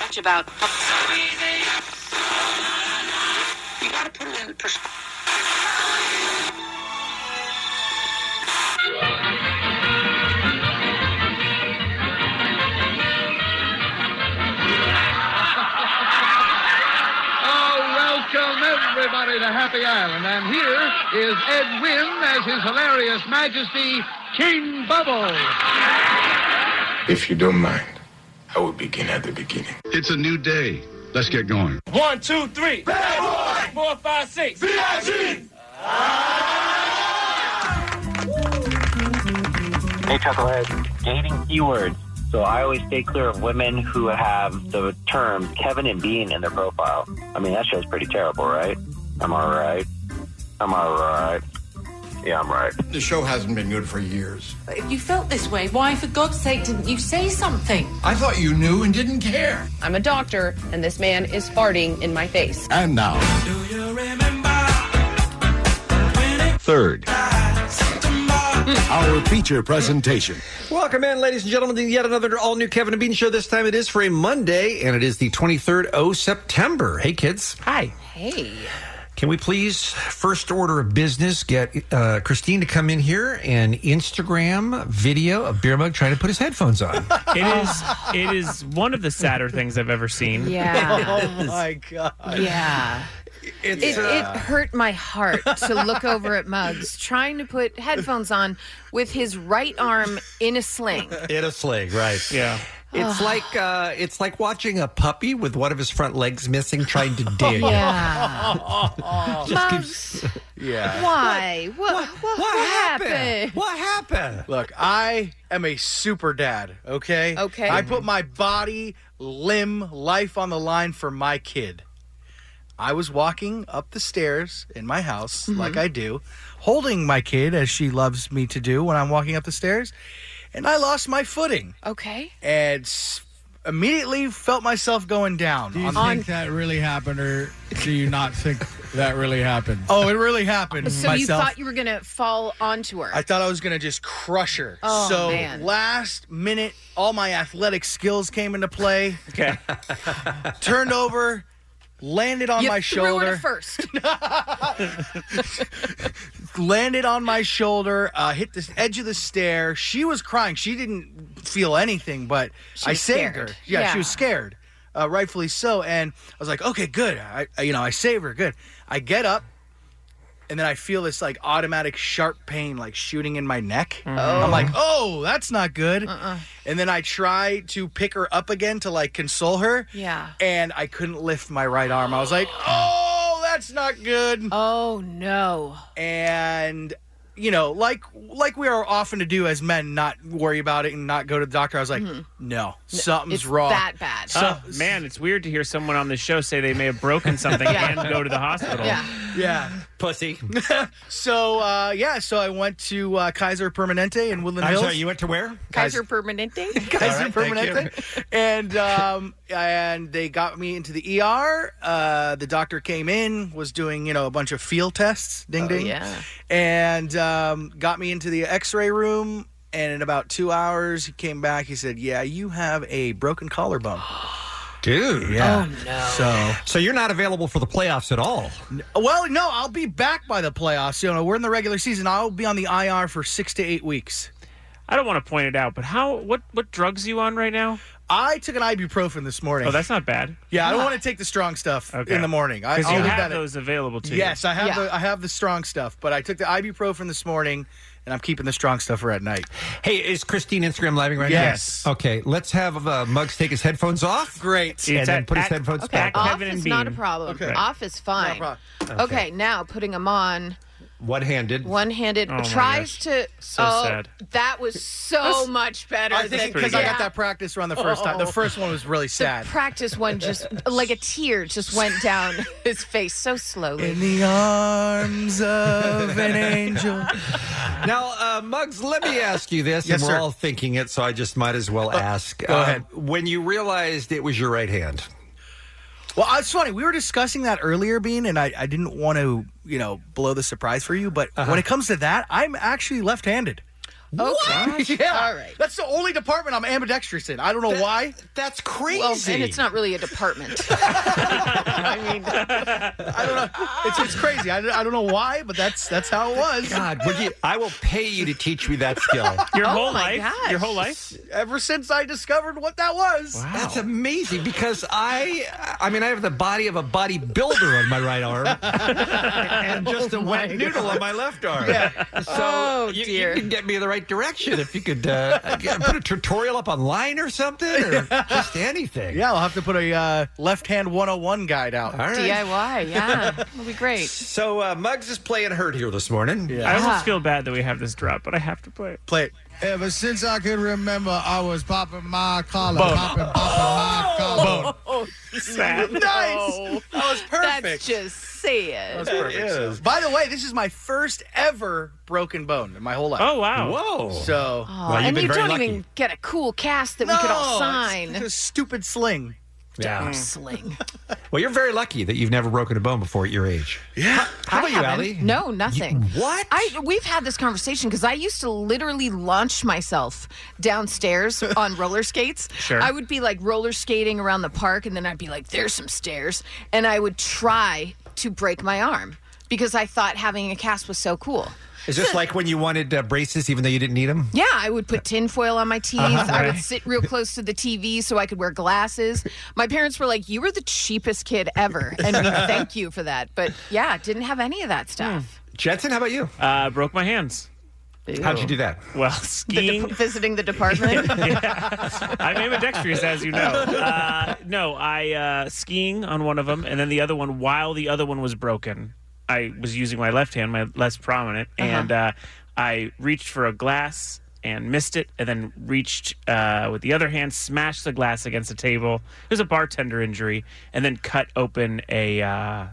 much about. You gotta put it in pers- Oh, welcome everybody to Happy Island. And here is Ed Wynn as his hilarious majesty, King Bubbles. If you don't mind, I will begin at the beginning. It's a new day. Let's get going. One, two, three. Bad boy. Four, five, six. VIG. Hey, Chucklehead. Dating keywords. So I always stay clear of women who have the terms Kevin and Bean in their profile. I mean, that show's pretty terrible, right? I'm all right. I'm all right. Yeah, I'm right. The show hasn't been good for years. If you felt this way, why, for God's sake, didn't you say something? I thought you knew and didn't care. I'm a doctor, and this man is farting in my face. And now, Third, our feature presentation. Welcome in, ladies and gentlemen, to yet another all new Kevin and Bean show. This time it is for a Monday, and it is the 23rd of September. Hey, kids. Hi. Hey. Can we please, first order of business, get uh, Christine to come in here and Instagram video of Beer Mug trying to put his headphones on? It is. It is one of the sadder things I've ever seen. Yeah. oh, my God. yeah. It's, It, it uh, hurt my heart to look over at Muggs trying to put headphones on with his right arm in a sling. in a sling, right. Yeah. It's like uh, it's like watching a puppy with one of his front legs missing trying to dig. Yeah. Just keeps- Yeah. Why? What, what, what, happened? What happened? Look, I am a super dad, okay? Okay. I put my body, limb, life on the line for my kid. I was walking up the stairs in my house, Mm-hmm. like I do, holding my kid as she loves me to do when I'm walking up the stairs, and I lost my footing Okay. and s- immediately felt myself going down. on the- think that really happened, or do you not think that really happened? oh, it really happened. So you myself. thought you were going to fall onto her. I thought I was gonna just crush her. Oh, so man. last minute, all my athletic skills came into play. Okay. Turned over, landed on you my threw her shoulder. first. Landed on my shoulder. Uh, hit the edge of the stair. She was crying. She didn't feel anything, but She I was saved scared. her. Yeah, Yeah. she was scared, uh, rightfully so. And I was like, okay, good. I, I- you know, I save her. Good. I get up. And then I feel this like automatic sharp pain like shooting in my neck. I'm like, oh, that's not good. Mm-hmm. Uh-uh. And then I try to pick her up again to like console her. Yeah. And I couldn't lift my right arm. I was like, oh, that's not good. Oh, no. And you know, like like we are often to do as men, not worry about it and not go to the doctor. I was like, no, something's Mm-hmm. it's wrong. Uh, that bad. So, man, it's weird to hear someone on the show say they may have broken something and go to the hospital. yeah. yeah. Pussy. So uh, yeah, so I went to uh, Kaiser Permanente in Woodland I'm Hills. sorry, you went to where? Kaiser Permanente? Kaiser All right, thank Permanente. And um, and they got me into the ER. Uh, the doctor came in, was doing you know a bunch of field tests, Oh, ding ding, yeah. and um, got me into the X-ray room. And in about two hours, he came back. He said, "Yeah, you have a broken collarbone." Dude. Yeah. Oh, no. So, So you're not available for the playoffs at all. well, no, I'll be back by the playoffs. You know, we're in the regular season. I'll be on the IR for six to eight weeks. I don't want to point it out, but how? What? What drugs you on right now? I took an ibuprofen this morning. Oh, that's not bad. yeah, I don't want to take the strong stuff Ah. Okay. in the morning. I, Because I'll you leave have that at- those available to you. Yes, I have Yeah. the I have the strong stuff, but I took the ibuprofen this morning, and I'm keeping the strong stuff for at night. Hey, is Christine Instagram living right Yes. now? Okay, let's have uh, Muggs take his headphones off. Great. It's And then at- put his at- headphones okay. back At on. Off Kevin and is not a Bean. problem. Okay. Off is fine. No okay. now putting them on. One handed. One handed. Oh tries to. So oh, sad. That was so That's- much better. I than- think because I Yeah. got that practice around the first time. The Oh. first one was really sad. practice one just like a tear just went down his face so slowly. In the arms of an angel. Now, uh, Muggs, let me ask you this, Yes, and we're sir. all thinking it, so I just might as well ask. Um, go ahead. When you realized it was your right hand, Well, it's funny. We were discussing that earlier, Bean, and I, I didn't want to, you know, blow the surprise for you. But when it comes to that, I'm actually left-handed. Okay. yeah. All right. That's the only department I'm ambidextrous in. I don't know why. That's crazy. Well, and it's not really a department. I mean, It's, it's crazy. I, I don't know why, but that's that's how it was. God, would you, I will pay you to teach me that skill. Your Oh whole my life? gosh. Your whole life? Ever since I discovered what that was. That's amazing because I, I mean, I have the body of a bodybuilder on my right arm Oh and just a Oh wet noodle on my left arm. So Oh, you, you can get me in the right direction if you could uh, put a tutorial up online or something or just anything. Yeah, I'll have to put a uh, left hand 101 guide out. DIY, yeah. It'll be great. So uh, Muggs is playing hurt here this morning. I Uh-huh. almost feel bad that we have this drop, but I have to play it. Play it. Ever since I could remember, I was popping my collar, Bone. popping, popping my collar. Oh, Sad. no. Nice. That was perfect. That's just sad. That was Oh, perfect. So- By the way, this is my first ever broken bone in my whole life. Oh, wow. Whoa. So, Aw, and you don't even get a cool cast that we could all No, it's- sign. it's a stupid sling. Yeah. Damn Sling. Hmm. Well, you're very lucky that you've never broken a bone before at your age. Yeah. How I about you, haven't. Allie? No, nothing. what? I we've had this conversation because I used to literally launch myself downstairs on roller skates. Sure. I would be like roller skating around the park, and then I'd be like, "There's some stairs," and I would try to break my arm because I thought having a cast was so cool. Is this like when you wanted uh, braces even though you didn't need them? Yeah, I would put tinfoil on my teeth. Uh-huh. I Right. would sit real close to the TV so I could wear glasses. My parents were like, "You were the cheapest kid ever," and we thank you for that. But yeah, didn't have any of that Hmm. stuff. Jensen, how about you? Uh, broke my hands. How'd you do that? Well, The skiing. de- visiting the department. I'm ambidextrous, as you know. Uh, no, I uh, skiing on one of them, and then the other one. While the other one was broken, I was using my left hand, my less prominent, and uh, I reached for a glass and missed it, and then reached uh, with the other hand, smashed the glass against the table. It was a bartender injury, and then cut open a uh,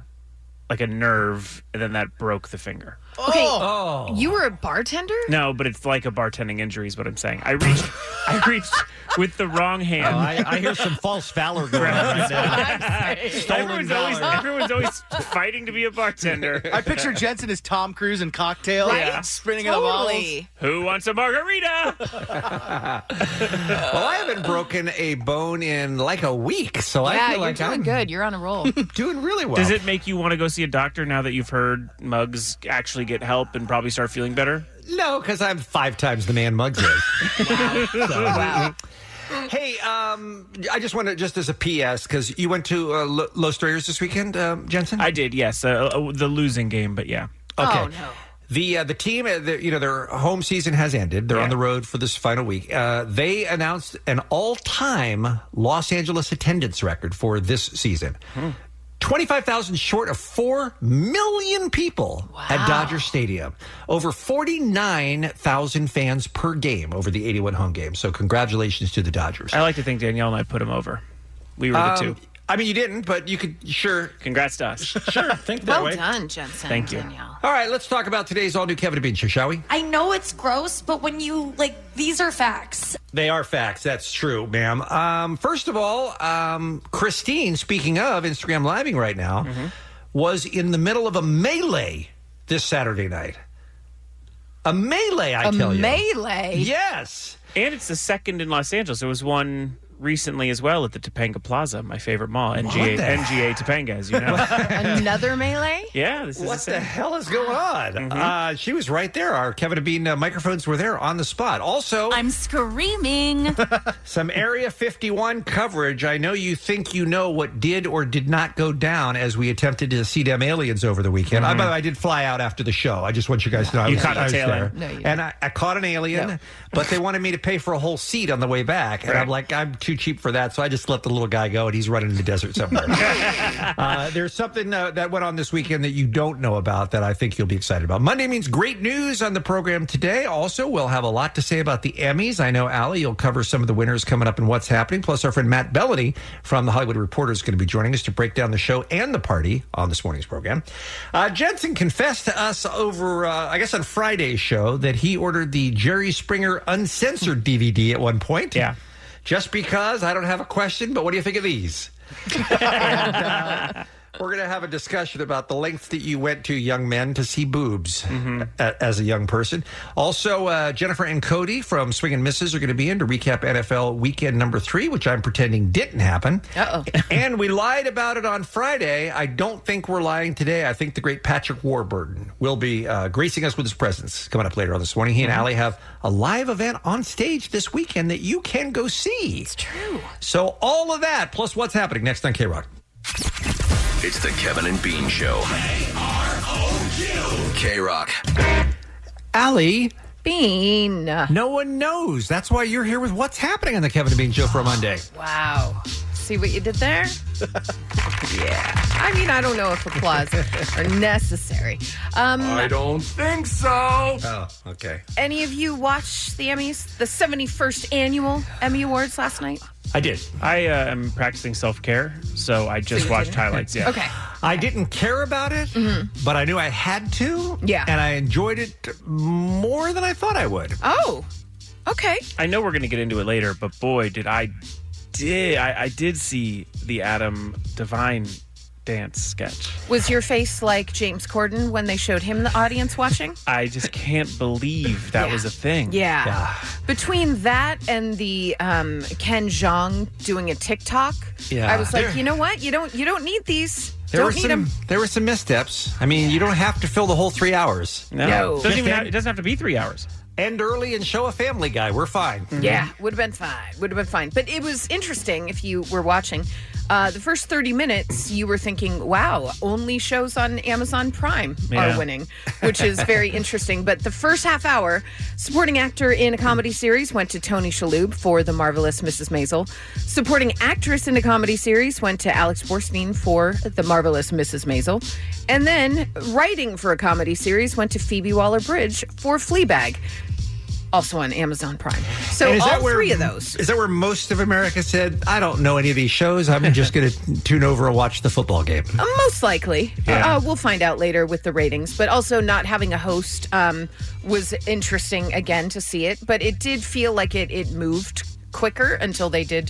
like a nerve, and then that broke the finger. Okay, Oh. Oh. you were a bartender. No, but it's like a bartending injury is what I'm saying. I reached, I reached with the wrong hand. Oh, I, I hear some false valor going on right now. Everyone's always, everyone's always fighting to be a bartender. I picture Jensen as Tom Cruise in Cocktail, Right? yeah, spinning in Totally. Who wants a margarita? well, I haven't broken a bone in like a week, so yeah, I feel you're like doing I'm good. You're on a roll. doing really well. Does it make you want to go see a doctor now that you've heard mugs actually get help and probably start feeling better? No, because I'm five times the man Muggs is. Wow. Hey, um, I just want to, just as a PS, because you went to uh, Lo- Los Drayers this weekend, um, Jensen? I did, yes. Uh, uh, the losing game, but yeah. Okay. Oh, Oh, The uh, the team, uh, the, you know, their home season has ended. They're on the road for this final week. Uh, they announced an all time Los Angeles attendance record for this season. Hmm. 25,000 short of 4 million people at Dodger Stadium. Over 49,000 fans per game over the 81 home game. So, congratulations to the Dodgers. I like to think Danielle and I put him over. We were the Um, two. I mean, you didn't, but you could, sure. Congrats to us. Sure, think well done, Jensen. Thank you. All right, let's talk about today's all new Kevin and Bean show, shall we? I know it's gross, but when you like, these are facts. They are facts. That's true, ma'am. Um, first of all, um, Christine, speaking of Instagram living right now, was in the middle of a melee this Saturday night. A melee, I A tell you. melee. Yes. And it's the second in Los Angeles. There was one recently as well at the Topanga Plaza, my favorite mall, NGA, the- NGA Topanga, as you know. Another melee. yeah, this is What the same. Mm-hmm. hell is going on? Uh, she was right there. Our Kevin and Bean uh, microphones were there on the spot. Also, I'm screaming. some Area 51 coverage. I know you think you know what did or did not go down as we attempted to see them aliens over the weekend. I, by the way, I did fly out after the show. I just want you guys to know I Mm. You was, caught a I was tail there. end. No, you and I, I caught an alien, No. but they wanted me to pay for a whole seat on the way back. And I'm like, I'm too cheap for that, so I just let the little guy go, and he's running in the desert somewhere. uh, there's something uh, that went on this weekend that you don't know about that I think you'll be excited about. Monday means great news on the program today. Also, we'll have a lot to say about the Emmys. I know, Allie, you'll cover some of the winners coming up and what's happening. Plus, our friend Matt Bellany from The Hollywood Reporter is going to be joining us to break down the show and the party on this morning's program. Uh, Jensen confessed to us over, uh, I guess, on Friday's show that he ordered the Jerry Springer uncensored DVD at one point. Yeah. Just because I don't have a question, but what do you think of these? We're going to have a discussion about the lengths that you went to, young men, to see boobs a- as a young person. Also, uh, Jennifer and Cody from Swing and Misses are going to be in to recap NFL weekend number three, which I'm pretending didn't happen. Uh oh. and we lied about it on Friday. I don't think we're lying today. I think the great Patrick Warburton will be uh, gracing us with his presence coming up later on this morning. He and Mhm. Allie have a live event on stage this weekend that you can go see. It's true. So, all of that, plus what's happening next on K Rock. It's the Kevin and Bean Show. K Rock. Allie. Bean. No one knows. That's why you're here with what's happening on the Kevin and Bean Show for a Monday. Wow. See what you did there? yeah. I mean, I don't know if applause are necessary. Um, don't think so. Oh, okay. Any of you watch the Emmys, the 71st annual Emmy Awards last night? I did. I uh, am practicing self care, so I just you watched did it? highlights. Yeah. Okay. I didn't care about it, Mm-hmm. but I knew I had to. Yeah. And I enjoyed it more than I thought I would. Oh, okay. I know we're going to get into it later, but boy, did I did I, I did see the Adam Divine dance sketch. Was your face like James Corden when they showed him the audience watching? I just can't believe that was a thing. Yeah. Between that and the um, Ken Jeong doing a TikTok, Yeah. I was like, There- you know what? You don't you don't need these. There were don't need some. them. There were some missteps. I mean, you don't have to fill the whole three hours. No. No. Doesn't even have- it doesn't have to be three hours. End early and show a Family Guy. We're fine. Mm-hmm. Yeah, would have been fine. Would have been fine. But it was interesting if you were watching. Uh, the first 30 minutes, you were thinking, wow, only shows on Amazon Prime Yeah. are winning, which is very interesting. But the first half hour, supporting actor in a comedy series went to Tony Shalhoub for The Marvelous Mrs. Maisel. Supporting actress in a comedy series went to Alex Borstein for The Marvelous Mrs. Maisel. And then writing for a comedy series went to Phoebe Waller Bridge for Fleabag also on Amazon Prime. So And is all that where- three of those. Is that where most of America said, I don't know any of these shows. I'm just going to tune over and watch the football game? Uh, most likely. Yeah. Uh, we'll find out later with the ratings, but also not having a host um, was interesting again to see it. But it did feel like it, it moved quicker until they did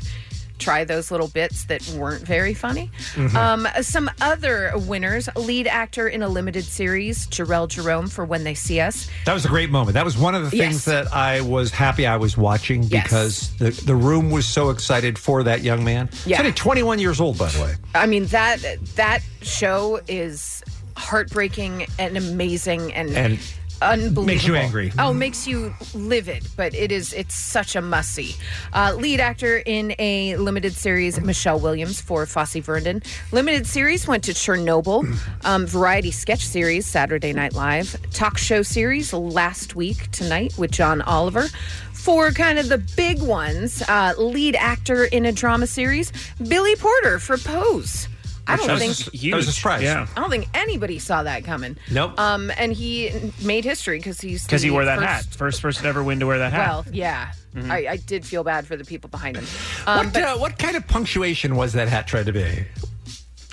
try those little bits that weren't very funny. Mm-hmm. Mhm. Um, some other winners lead actor in a limited series, Jarell Jerome for When They See Us. That was a great moment. That was one of the Yes. things that I was happy I was watching Yes. because the, the room was so excited for that young man. Yeah. He's only 21 years old, by the way. I mean that that show is heartbreaking and amazing and, And unbelievable. makes you angry. Oh, makes you livid, but it is it's such a must see. Uh, lead actor in a limited series, Michelle Williams for Fosse Verdon. Limited series went to Chernobyl. Um, variety sketch series, Saturday Night Live. Talk show series last week tonight with John Oliver. For kind of the big ones, uh, lead actor in a drama series, Billy Porter for Pose. I That don't was think a s- that was a huge, surprise. yeah. I don't think anybody saw that coming. Nope. Um, and he made history because he's Because he the wore that first- hat. First person ever win to wear that hat. Well, yeah, Mhm. I, I did feel bad for the people behind him. Um, what, uh, what kind of punctuation was that hat trying to be?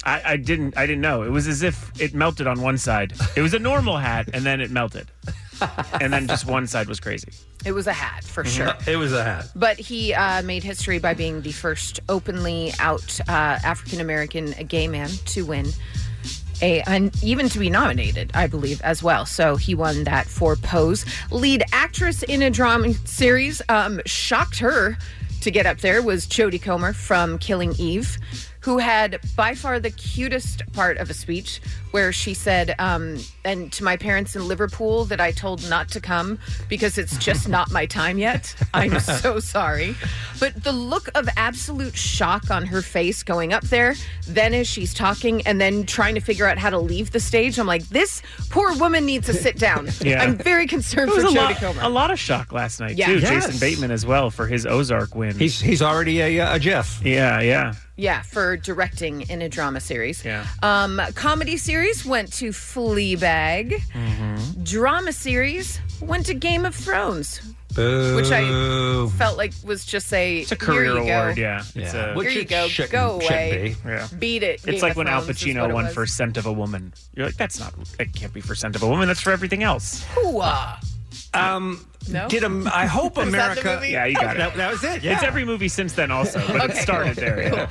I, I didn't. I didn't know. It was as if it melted on one side. It was a normal hat, and then it melted, and then just one side was crazy. It was a hat for Mm-hmm. sure. Mm-hmm. It was a hat. But he uh, made history by being the first openly out uh, African American gay man to win a and even to be nominated, I believe, as well. So he won that for Pose. Lead actress in a drama series um, shocked her to get up there was Jodie Comer from Killing Eve. who had by far the cutest part of a speech where she said, um, and to my parents in Liverpool that I told not to come because it's just not my time yet. I'm so sorry. But the look of absolute shock on her face going up there, then as she's talking and then trying to figure out how to leave the stage, I'm like, this poor woman needs to sit down. Yeah. I'm very concerned There was for a Jodie lot, Comer. a lot of shock last night Yeah. too. Yes. Jason Bateman as well for his Ozark win. He's he's already a, a Jeff. Yeah, yeah. Yeah, for directing in a drama series. Yeah. Um, comedy series went to Fleabag. Mm-hmm. Drama series went to Game of Thrones, which I felt like was just a It's a career here you go. award, yeah. It's Here a- you go. Go away. Yeah. Beat it. It's Game like of when Al Thrones is Pacino what it won was. for Scent of a Woman. You're like, that's not, that can't be for Scent of a Woman. That's for everything else. Hooah. Um, No? Did a, I hope Is that the America. movie? Yeah, you got it. That, that was it. It's every movie since then, also, but it started there. yeah.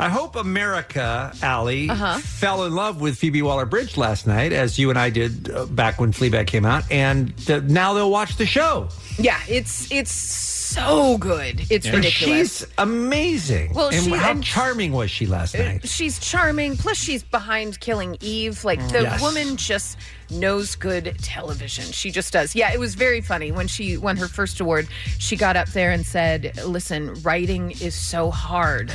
I hope America, Allie, Uh-huh. fell in love with Phoebe Waller Bridge last night, as you and I did uh, back when Fleabag came out, and th- now they'll watch the show. Yeah, it's it's so good. It's And ridiculous. She's amazing. Well, and she- how and- charming was she last Uh, night? She's charming. Plus, she's behind Killing Eve. Like the Yes. woman just knows good television. She just does. Yeah, it was very funny when she won her first award. She got up there and said, "Listen, writing is so hard,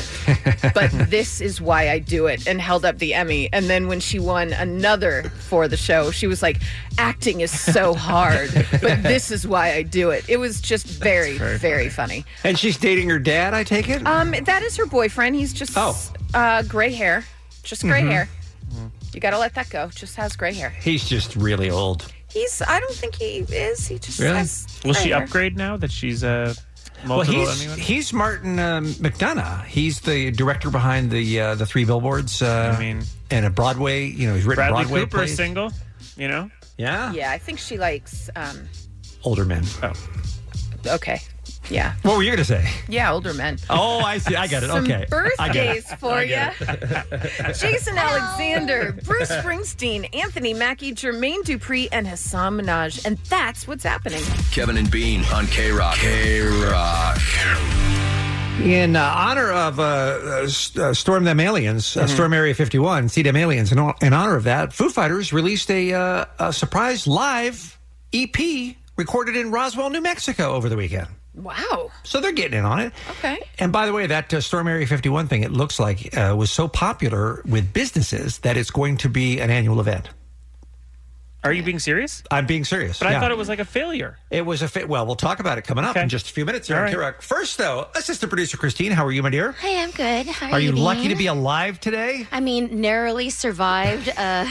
but this is why I do it," and held up the Emmy. And then when she won another for the show, she was like, "Acting is so hard, but this is why I do it." It was just very, very, funny. And she's dating her dad, I take it? Um, that is her boyfriend. He's just Oh. uh, gray hair, just gray Mhm. hair. You got to let that go. Just has gray hair. He's just really old. He's. I don't think he is. He just has. Will gray she hair. upgrade now that she's a Well, multiple he's, Emmy winner? he's Martin um, McDonough. He's the director behind the uh, the three billboards. Uh, I mean, and a Broadway. You know, he's written Bradley Broadway Cooper plays. is single, you know? Yeah. Yeah, I think she likes. Um, Older men. Oh. okay. Yeah. What were you going to say? Yeah, older men. Oh, I see. I got it. Some okay. I get it. birthdays for I get ya. it. Jason Alexander, Bruce Springsteen, Anthony Mackie, Jermaine Dupri, and Hassan Minaj, and that's what's happening. Kevin and Bean on K Rock. K Rock. In uh, honor of uh, uh, S- uh, Storm Them Aliens, uh, Storm Area 51, See Them Aliens, in, hon- in honor of that, Foo Fighters released a, uh, a surprise live EP recorded in Roswell, New Mexico over the weekend. Wow. So they're getting in on it. Okay. And by the way, that uh, Storm Area 51 thing, it looks like, uh, was so popular with businesses that it's going to be an annual event. Are you being serious? I'm being serious. But I yeah. thought it was like a failure. It was a fit. Well, we'll talk about it coming up in just a few minutes here All on right. K-Rock. First, though, assistant producer Christine, how are you, my dear? Hi, I'm good. How are, Are you lucky Bean? to be alive today? I mean, narrowly survived uh,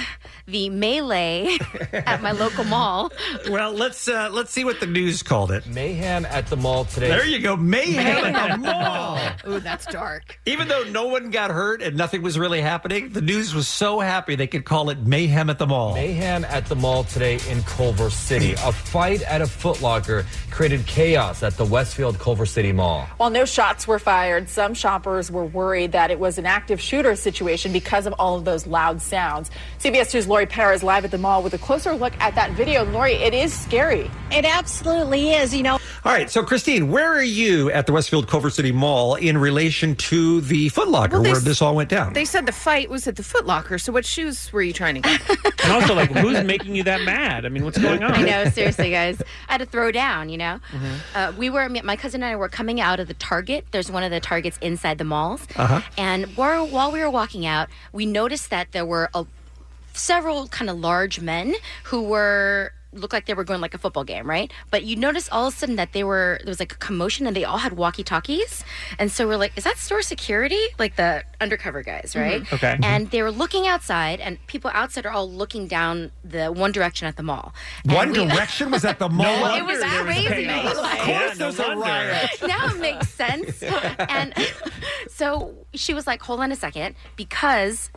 the melee at my local mall. Well, let's uh, let's see what the news called it. Mayhem at the mall today. There you go, mayhem at the mall. Ooh, that's dark. Even though no one got hurt and nothing was really happening, the news was so happy they could call it mayhem at the mall. Mayhem at the mall today in Culver City. A fight at a Foot Locker created chaos at the Westfield Culver City Mall. While no shots were fired, some shoppers were worried that it was an active shooter situation because of all of those loud sounds. CBS 2's Lori Perez live at the mall with a closer look at that video. Lori, it is scary. It absolutely is. You know, All right, so Christine, where are you at the Westfield Culver City Mall in relation to the Foot Locker Well, they where s- this all went down? They said the fight was at the Foot Locker, so what shoes were you trying to get? And also, like, who's making you that mad? I mean, what's going on? I know, seriously, guys. I had to throw down, you know? Uh, we were, my cousin and I were coming out of the Target. There's one of the Targets inside the malls. Uh-huh. And while, while we were walking out, we noticed that there were a, several kind of large men who were looked like they were going like a football game, right? But you notice all of a sudden that they were there was like a commotion and they all had walkie talkies, and so we're like, is that store security? Like the undercover guys, right? Mhm. Okay. And they were looking outside, and people outside are all looking down the One Direction at the mall. And One we- Direction was at the mall. No It was wonder there crazy. chaos. Of course, Yeah, no there's a wonder. riot. now it makes sense. And so she was like, hold on a second, because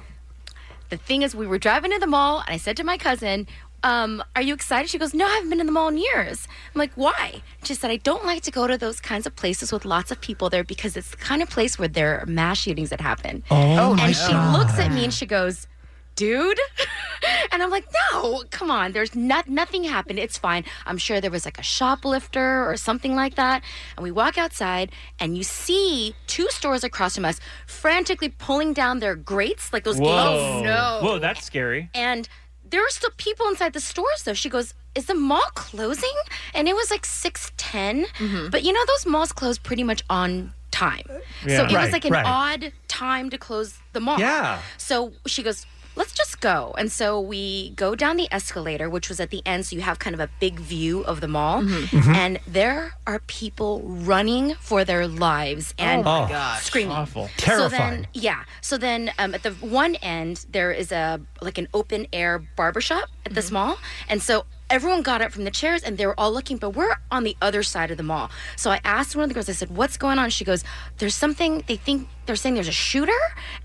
the thing is, we were driving to the mall, and I said to my cousin, um, are you excited? She goes, No, I haven't been in the mall in years. I'm like, Why? She said, I don't like to go to those kinds of places with lots of people there because it's the kind of place where there are mass shootings that happen. Oh, and my she God. looks at me and she goes, Dude, And I'm like, no, come on. There's not nothing happened. It's fine. I'm sure there was like a shoplifter or something like that. And we walk outside and you see two stores across from us frantically pulling down their grates, like those Oh, Whoa. gates. Whoa, that's scary. And there are still people inside the stores, though. She goes, Is the mall closing? And it was like 610. Mm-hmm. But you know, those malls close pretty much on time. So Yeah. it was Right, like an right. odd time to close the mall. Yeah. So she goes, Let's just go. And so we go down the escalator, which was at the end. So you have kind of a big view of the mall. Mhm. Mhm. And there are people running for their lives and Oh, Oh. my gosh. screaming. Awful. So Terrifying. then, yeah. So then, um, at the one end, there is a like an open air barbershop at Mm-hmm. this mall, and so everyone got up from the chairs and they were all looking, but we're on the other side of the mall. So I asked one of the girls. I said, "What's going on?" She goes, "There's something. They think they're saying there's a shooter,"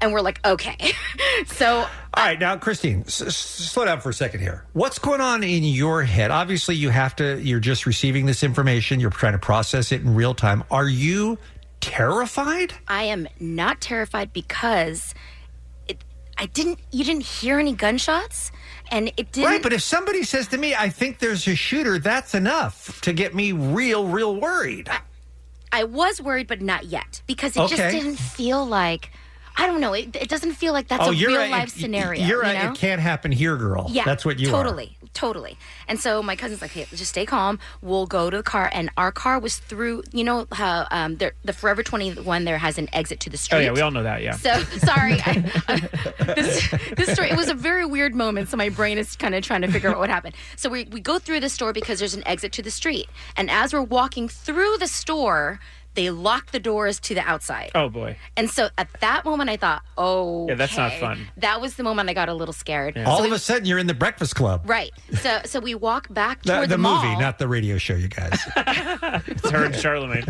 and we're like, "Okay." so All right, now Christine, s- s- slow down for a second here. What's going on in your head? Obviously, you have to. You're just receiving this information. You're trying to process it in real time. Are you terrified? I am not terrified because it, I didn't. You didn't hear any gunshots, and it didn't. Right, but if somebody says to me, "I think there's a shooter," that's enough to get me real, real worried. I was worried, but not yet because it just Okay. didn't feel like. I don't know. It, it doesn't feel like that's a Oh, you're real right, life it- scenario. You're you right. know? It can't happen here, girl. Yeah, that's what you are. totally, totally. And so my cousin's like, "Hey, just stay calm. We'll go to the car." And our car was through. You know how um, there, the Forever Twenty One there has an exit to the street. Oh yeah, we all know that. Yeah. So sorry. I, I- this, this story, it was a very weird moment. So my brain is kind of trying to figure out what happened. So we, we go through the store because there's an exit to the street. And as we're walking through the store, they lock the doors to the outside. oh boy. And so at that moment, I thought, oh, Yeah, that's not fun. That was the moment I got a little scared. All So we- of a sudden, you're in the Breakfast Club. Right. So so we walk back The, toward the, the mall. movie, not the radio show, you guys. It's her and Charlemagne.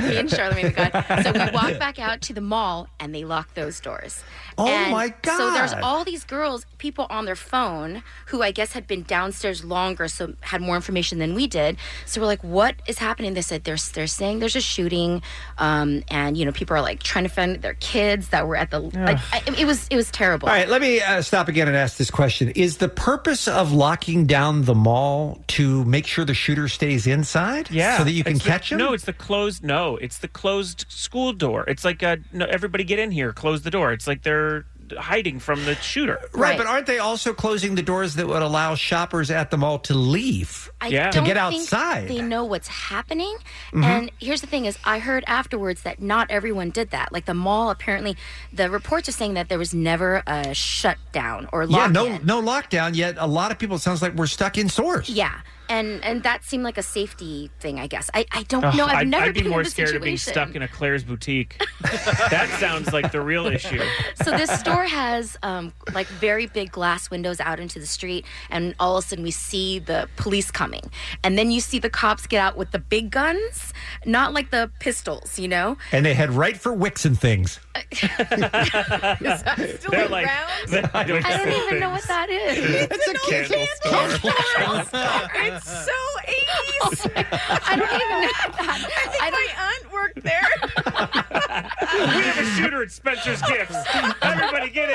Me and Charlemagne the God. So we walk back out to the mall and they lock those doors. Oh, And my So there's God. all these girls, people on their phone who I guess had been downstairs longer, so had more information than we did. So we're like, what is happening? They said they're they're saying there's a shooting, um, and you know people are like trying to find their kids that were at the. Like, I, it was it was terrible. All right, let me uh, stop again and ask this question. Is the purpose of locking down the mall to make sure the shooter stays inside? Yeah. So that you can It's the- catch him? No, it's the closed. No, it's the closed school door. It's like uh no, everybody get in here, close the door. It's like they're hiding from the shooter. Right, but aren't they also closing the doors that would allow shoppers at the mall to leave? I To don't get think outside. they know what's happening. Mhm. And here's the thing: is I heard afterwards that not everyone did that. Like the mall, apparently, the reports are saying that there was never a shutdown or yeah, lock. no no lockdown, yet a lot of people it sounds like we're stuck in stores. Yeah, and and that seemed like a safety thing. I guess I I don't Ugh, know. I've I'd, never I'd be been more in this scared of being situation. stuck in a Claire's boutique. that sounds like the real issue. so this store has um, like very big glass windows out into the street and all of a sudden we see the police coming and then you see the cops get out with the big guns not like the pistols you know And they head right for wicks and things. They're like, I don't i don't even know what that is It's a candle store. it's so 80s i don't even know what that i think my aunt worked there we have a shooter at Spencer's Gifts. Everybody get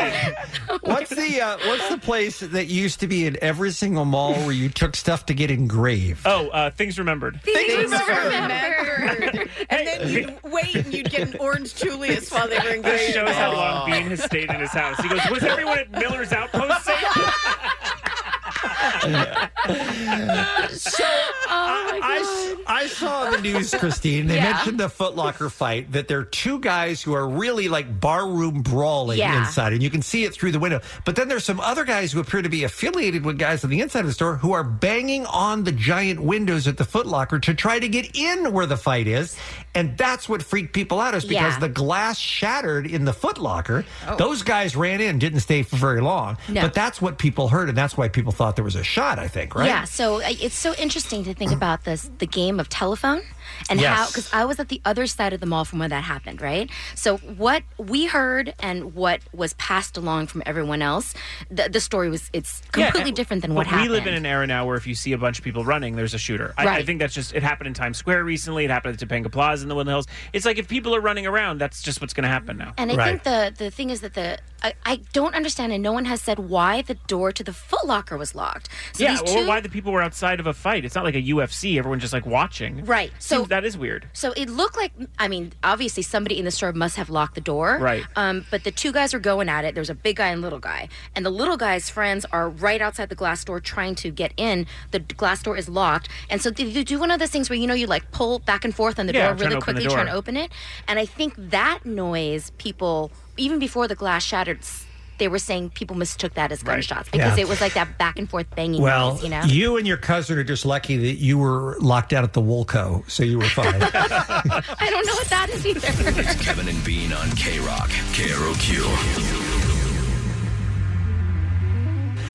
in. What's the uh, what's the place that used to be in every single mall where you took stuff to get engraved? Oh, uh, things remembered. Things remembered. and then you'd wait and you'd get an orange Julius while they were This engaged. shows how long Bean has stayed in his house. He goes, "What does everyone at Miller's Outpost say?" so uh, I, I s- I saw on the news, Christine. They Yeah. mentioned the Foot Locker fight that there are two guys who are really like barroom brawling Yeah. inside, and you can see it through the window. But then there's some other guys who appear to be affiliated with guys on the inside of the store who are banging on the giant windows at the Foot Locker to try to get in where the fight is, and that's what freaked people out is because Yeah. the glass shattered in the Foot Locker. Oh. Those guys ran in, didn't stay for very long, No. but that's what people heard, and that's why people thought there was a shot. I think, right? Yeah, so uh, it's so interesting to think about this the game of telephone and Yes. how because I was at the other side of the mall from where that happened, right? So what we heard and what was passed along from everyone else, the, the story was it's completely and- different than but what happened. We live in an era now where if you see a bunch of people running, there's a shooter. I, I Right. think that's just it happened in Times Square recently. It happened at Topanga Plaza in the Woodland Hills. It's like if people are running around, that's just what's going to happen now. and I think the the thing is that the I, I don't understand, and no one has said why the door to the Foot Locker was locked. So yeah, these or two- why the people were outside of a fight. It's not like a UFC. Everyone's just like watching. Right. So that is weird. So it looked like, I mean, obviously somebody in the store must have locked the door. Right. Um, but the two guys are going at it. There's a big guy and little guy. And the little guy's friends are right outside the glass door trying to get in. The d- glass door is locked. And so they- you do one of those things where, you know, you like pull back and forth on the Yeah, trying door to really open the quickly, trying to door. open it. And I think that noise, people, even before the glass shattered, s- they were saying people mistook that as gunshots because Yeah. it was like that back and forth banging Well, noise, you know? you and your cousin are just lucky that you were locked out at the Woolco, so you were fine. I don't know what that is either. Kevin and Bean on K Rock, K R O Q.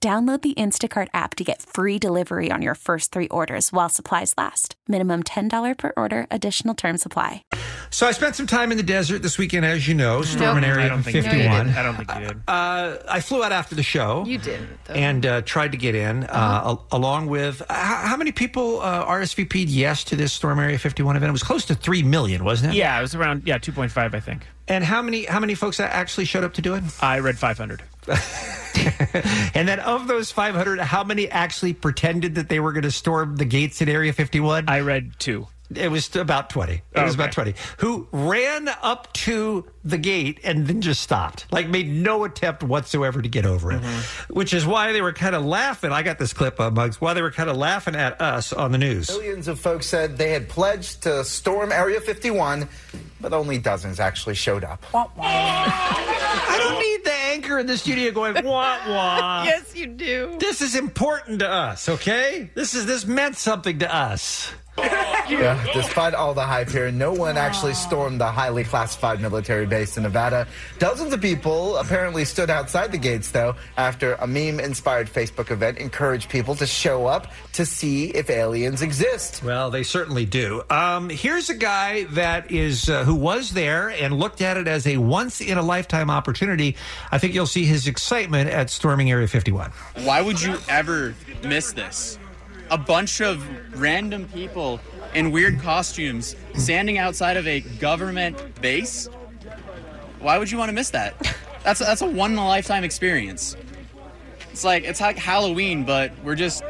Download the Instacart app to get free delivery on your first three orders while supplies last. Minimum $10 per order, additional term supply. so I spent some time in the desert this weekend, as you know, storm an I area don't think you did. 51. I don't think you did. Uh, I flew out after the show. You didn't. though. and uh, tried to get in, uh, Uh-huh. al- along with uh, how, how many people uh, RSVP'd yes to this Storm Area 51 event? It was close to three million, wasn't it? Yeah, it was around yeah two point five, I think. And how many how many folks actually showed up to do it? I read five hundred. And then of those 500, how many actually pretended that they were going to storm the gates at Area 51? I read two. It was about 20. It was about 20. Who ran up to the gate and then just stopped. Like made no attempt whatsoever to get over it. Mm-hmm. Which is why they were kind of laughing. I got this clip uh, Muggs. Why they were kind of laughing at us on the news. Millions of folks said they had pledged to storm Area 51, but only dozens actually showed up. I don't need the anchor in the studio going wah wah. yes, you do. This is important to us, okay? This is this meant something to us. Yeah, despite all the hype here, no one actually stormed the highly classified military base in Nevada. Dozens of people apparently stood outside the gates, though, after a meme inspired Facebook event encouraged people to show up to see if aliens exist. Well, they certainly do. Um, here's a guy that is uh, who was there and looked at it as a once in a lifetime opportunity. I think you'll see his excitement at storming Area 51. Why would you ever miss this? A bunch of random people in weird costumes standing outside of a government base? Why would you want to miss that? That's that's a one in a lifetime experience. It's like it's like Halloween, but we're just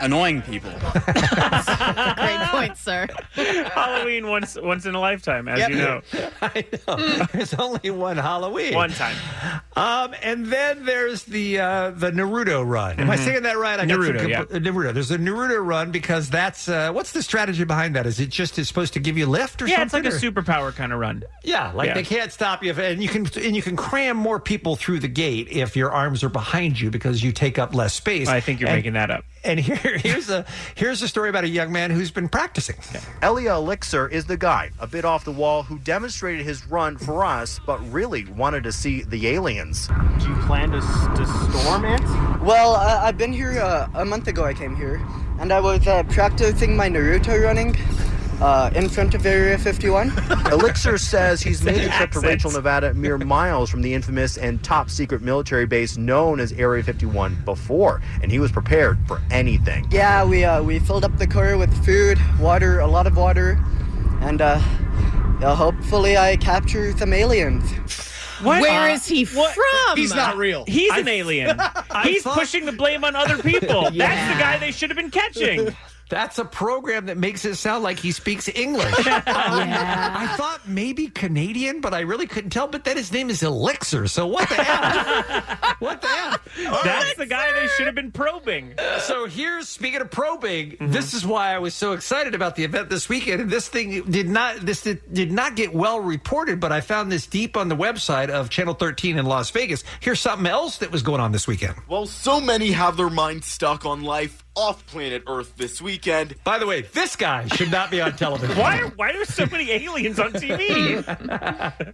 annoying people. Great point, sir. Halloween once once in a lifetime, as Yep. you know. I know. there's only one Halloween. One time. Um, and then there's the uh, the Naruto run. Am I Mhm. saying that right? I got some Naruto, compl- yeah. uh, Naruto. There's a Naruto run because that's uh, what's the strategy behind that? Is it just it's supposed to give you a lift or yeah, something? it's or- like a superpower kind of run. Yeah, like they can't stop you, if, and you can and you can cram more people through the gate if your arms are behind you because you take up less space. I think you're And- making that up. And here, here's a here's a story about a young man who's been practicing. Elia Elixir is the guy, a bit off the wall, who demonstrated his run for us, but really wanted to see the aliens. Do you plan to, to storm it? Well, uh, I've been here uh, a month ago. I came here, and I was uh, practicing my Naruto running uh, in front of Area 51. Elixir says he's made the trip to Accents. Rachel, Nevada, mere miles from the infamous and top secret military base known as Area 51 before, and he was prepared for anything. yeah, we uh, we filled up the car with food, water, a lot of water, and uh, yeah, hopefully I capture some aliens. What? Where is he from? Uh, He's an alien. He's pushing the blame on other people. That's the guy they should have been catching. That's a program that makes it sound like he speaks English. I thought maybe Canadian, but I really couldn't tell. But then his name is Elixir, so what the hell? what the hell? That's the guy they should have been probing. So here's speaking of probing, this is why I was so excited about the event this weekend. And this thing did not this did, did not get well reported, but I found this deep on the website of Channel 13 in Las Vegas. Here's something else that was going on this weekend. While so many have their minds stuck on life off planet Earth this weekend. By the way, this guy should not be on television. Why are why are there so many aliens on TV?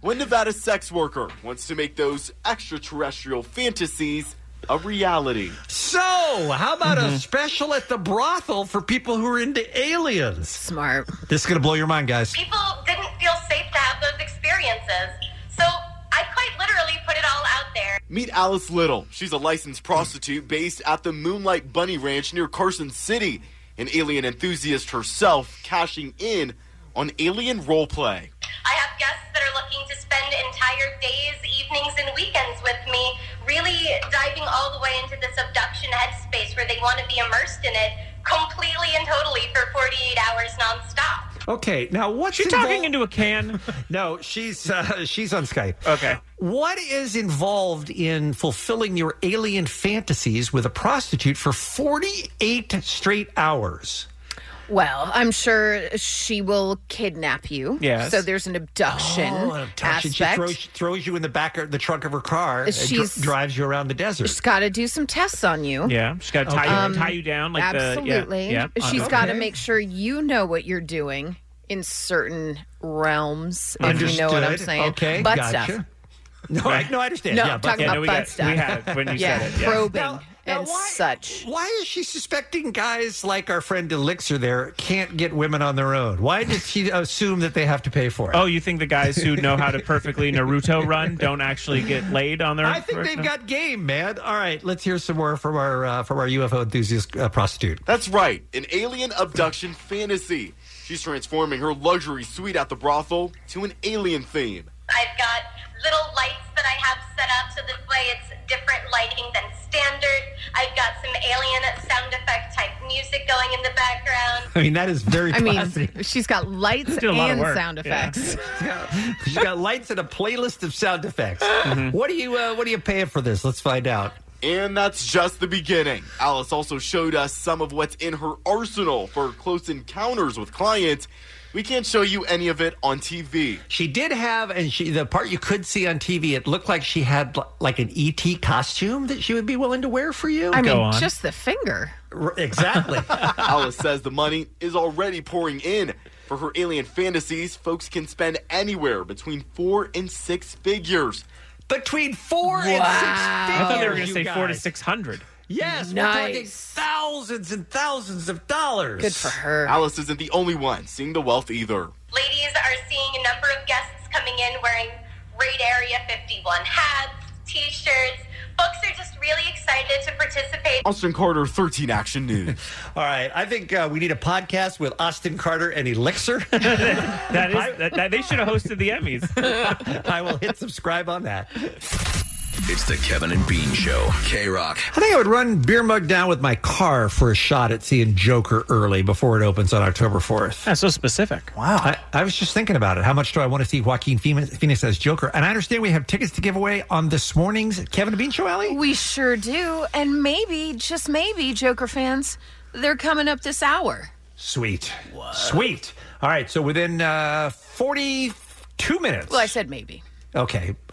when Nevada's sex worker wants to make those extraterrestrial fantasies a reality. So, how about a special at the brothel for people who are into aliens? Smart. This is going to blow your mind, guys. People didn't feel safe to have those experiences. So I quite literally put it all out there. Meet Alice Little. She's a licensed prostitute based at the Moonlight Bunny Ranch near Carson City, an alien enthusiast herself, cashing in on alien roleplay. I have guests that are looking to spend entire days, evenings, and weekends with me, really diving all the way into this abduction headspace where they want to be immersed in it completely and totally for 48 hours nonstop. Okay, now what's She talking into a can? no, she's uh, she's on Skype. Okay, what is involved in fulfilling your alien fantasies with a prostitute for forty-eight straight hours? Well, I'm sure she will kidnap you. Yes. So there's an abduction, Oh, an abduction. She aspect. throws, throws you in the back of the trunk of her car and She's- dri- drives you around the desert. She's got to do some tests on you. Yeah, she's gotta tie you- tie you down like the- yeah, absolutely. yeah. She's got to Okay. make sure you know what you're doing in certain realms, if you know what I'm Understood. saying. Okay, butt gotcha. stuff. No, I, no, I understand. No, yeah, I'm but- talking yeah, about no, we butt got it. stuff. yeah, probing and such. Why is she suspecting guys like our friend Elixir there can't get women on their own? Why uh, did she assume that they have to pay for it? Oh, you think the guys who know how to perfectly Naruto run don't actually get laid on their? I think they've got game, man. All right, let's hear some more from our uh, from our UFO enthusiast uh, prostitute. That's right, an alien abduction fantasy. She's transforming her luxury suite at the brothel to an alien theme. I've got little lights that I have set up so this way it's different lighting than standard. I've got some alien sound effect type music going in the background. I mean, that is very. I mean, classy. she's got lights Did a lot of and work. sound Yeah. effects. she's got lights and a playlist of sound effects. Mm-hmm. What do you uh, What are you paying for this? Let's find out. And that's just the beginning. Alice also showed us some of what's in her arsenal for close encounters with clients. We can't show you any of it on TV. She did have, and she the part you could see on TV, it looked like she had l- like an ET costume that she would be willing to wear for you. I mean, just the finger. R- exactly. Alice says the money is already pouring in. For her alien fantasies, folks can spend anywhere between four and six figures. Between four I thought they were going to say four to six hundred. Yes, we're talking thousands and thousands of dollars. Good for her. Alice isn't the only one seeing the wealth either. Ladies are seeing a number of guests coming in wearing Raid Area 51 hats, t-shirts. Folks are just really excited to participate. Austin Carter, 13 Action News. All right, I think uh, we need a podcast with Austin Carter and Elixir. that is that, that, they should have hosted the Emmys. I will hit subscribe on that. It's the Kevin and Bean Show. K Rock. I think I would run Beer Mug down with my car for a shot at seeing Joker early before it opens on October 4th. That's so specific. Wow. I, I was just thinking about it. How much do I want to see Joaquin Phoenix, Phoenix as Joker? And I understand we have tickets to give away on this morning's Kevin and Bean Show, Alley. We sure do. And maybe, just maybe, Joker fans, they're coming up this hour. Sweet. Sweet. All right, so within uh, 42 minutes. Well, I said maybe. Okay.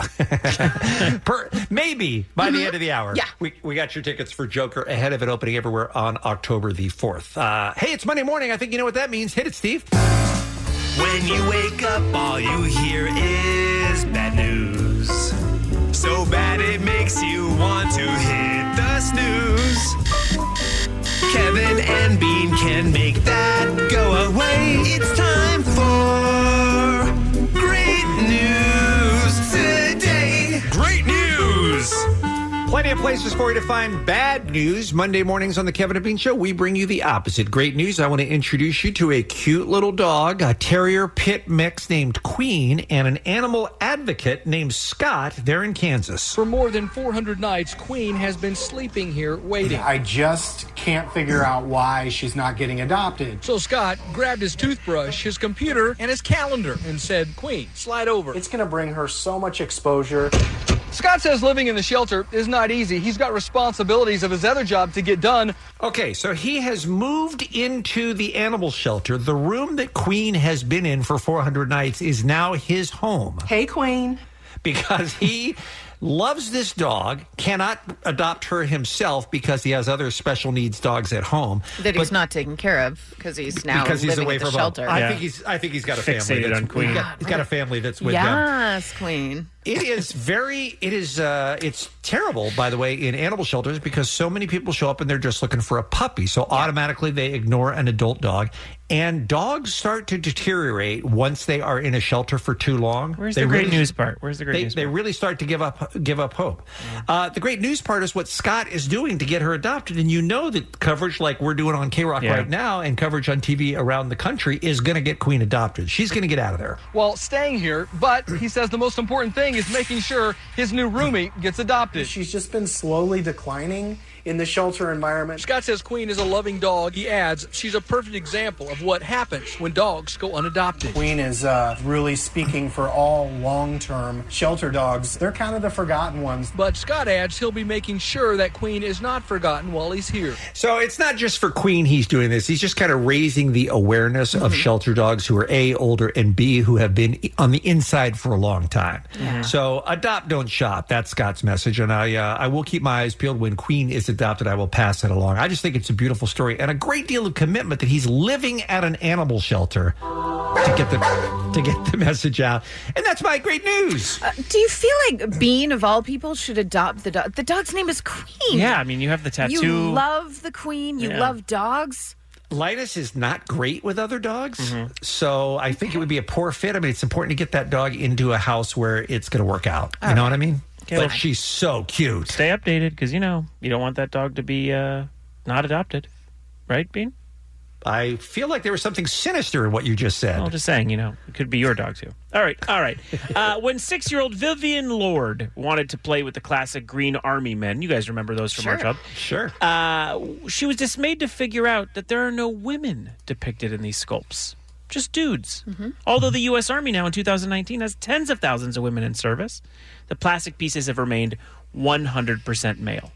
per, maybe by the end of the hour. Yeah. We, we got your tickets for Joker ahead of it opening everywhere on October the 4th. Uh, hey, it's Monday morning. I think you know what that means. Hit it, Steve. When you wake up, all you hear is bad news. So bad it makes you want to hit the snooze. Kevin and Bean can make that go away. It's time for great news today. Great news! Plenty of places for you to find bad news. Monday mornings on the Kevin and Bean Show, we bring you the opposite. Great news. I want to introduce you to a cute little dog, a terrier pit mix named Queen, and an animal advocate named Scott. They're in Kansas. For more than 400 nights, Queen has been sleeping here waiting. I just can't figure out why she's not getting adopted. So Scott grabbed his toothbrush, his computer, and his calendar and said, Queen, slide over. It's going to bring her so much exposure. Scott says living in the shelter is not easy. He's got responsibilities of his other job to get done. Okay, so he has moved into the animal shelter. The room that Queen has been in for 400 nights is now his home Hey, Queen. because he loves this dog, cannot adopt her himself because he has other special needs dogs at home. That he's not taken care of because he's now because he's living away at the from shelter. home. I think he's I think he's got a family Fixated that's- on Queen. He's got, he's got a family that's with him. yes, Queen. It is very. It is. Uh, it's terrible, by the way, in animal shelters because so many people show up and they're just looking for a puppy. So automatically they ignore an adult dog, and dogs start to deteriorate once they are in a shelter for too long. Where's They the great really- news part? Mm-hmm. Where's the great they, news they really start to give up give up hope. Uh, the great news part is what Scott is doing to get her adopted, and you know that coverage like we're doing on K Rock Yeah. right now and coverage on TV around the country is going to get Queen adopted. She's going to get out of there. while staying here, but he says the most important thing is making sure his new roomie gets adopted. She's just been slowly declining in the shelter environment. Scott says Queen is a loving dog. He adds, she's a perfect example of what happens when dogs go unadopted. Queen is uh, really speaking for all long term shelter dogs. They're kind of the forgotten ones. But Scott adds he'll be making sure that Queen is not forgotten while he's here. So it's not just for Queen he's doing this. He's just kind of raising the awareness Mm-hmm. of shelter dogs who are A, older, and B, who have been on the inside for a long time. So adopt, don't shop. That's Scott's message. And I, uh, I will keep my eyes peeled when Queen is adopted. I will pass it along. I just think it's a beautiful story and a great deal of commitment that he's living at an animal shelter to get the, to get the message out. And that's my great news. Uh, do you feel like Bean, of all people, should adopt the dog? The dog's name is Queen. Yeah, I mean, you have the tattoo. You love the Queen. You Yeah. love dogs. Linus is not great with other dogs, Mm-hmm. so I think it would be a poor fit. I mean, it's important to get that dog into a house where it's going to work out. you know what I mean? Okay, but well- she's so cute. Stay updated because you know you don't want that dog to be uh, not adopted, right, Bean? I feel like there was something sinister in what you just said. I'm just saying, you know, it could be your dog too. All right, all right. Uh, when six-year-old Vivian Lord wanted to play with the classic Green Army men, you guys remember those from our Sure. job? Sure. Uh, she was dismayed to figure out that there are no women depicted in these sculpts, just dudes. Although the U.S. Army now in 2019 has tens of thousands of women in service, the plastic pieces have remained 100% male.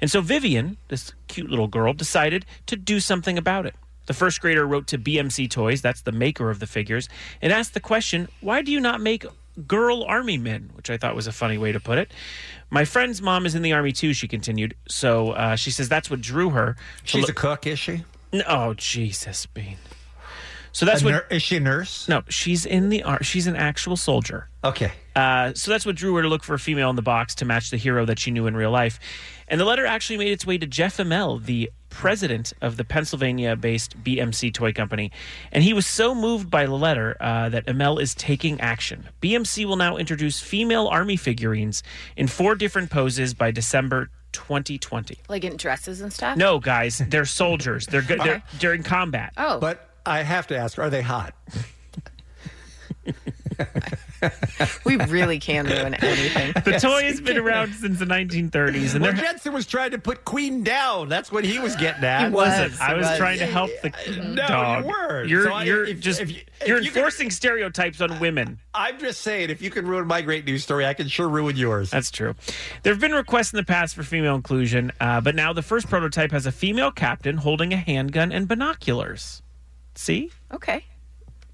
And so Vivian, this cute little girl, decided to do something about it. The first grader wrote to BMC Toys, that's the maker of the figures, and asked the question why do you not make girl army men? Which I thought was a funny way to put it. My friend's mom is in the army too, she continued. So uh, she says that's what drew her. She's a cook, is she? No, oh, Jesus, Bean. So that's A what nur- is she a nurse? No, she's in the ar- she's an actual soldier. Okay. Uh, so that's what drew her to look for a female in the box to match the hero that she knew in real life. And the letter actually made its way to Jeff Immel, the president of the Pennsylvania based BMC Toy Company. And he was so moved by the letter uh, that Immel is taking action. BMC will now introduce female army figurines in four different poses by December 2020. Like in dresses and stuff? No, guys, they're soldiers. They're good. They're during combat. Oh. But I have to ask, are they hot? We really can ruin anything. The toy has been around since the 1930s, and well, they're. Jensen was trying to put Queen down. That's what he was getting at. He wasn't. I was, trying to help the No, dog. you were. You're, So I- you're if- just if you- are if you could- enforcing stereotypes on women. I'm just saying, if you can ruin my great news story, I can sure ruin yours. That's true. There have been requests in the past for female inclusion, uh, but now the first prototype has a female captain holding a handgun and binoculars. See? Okay.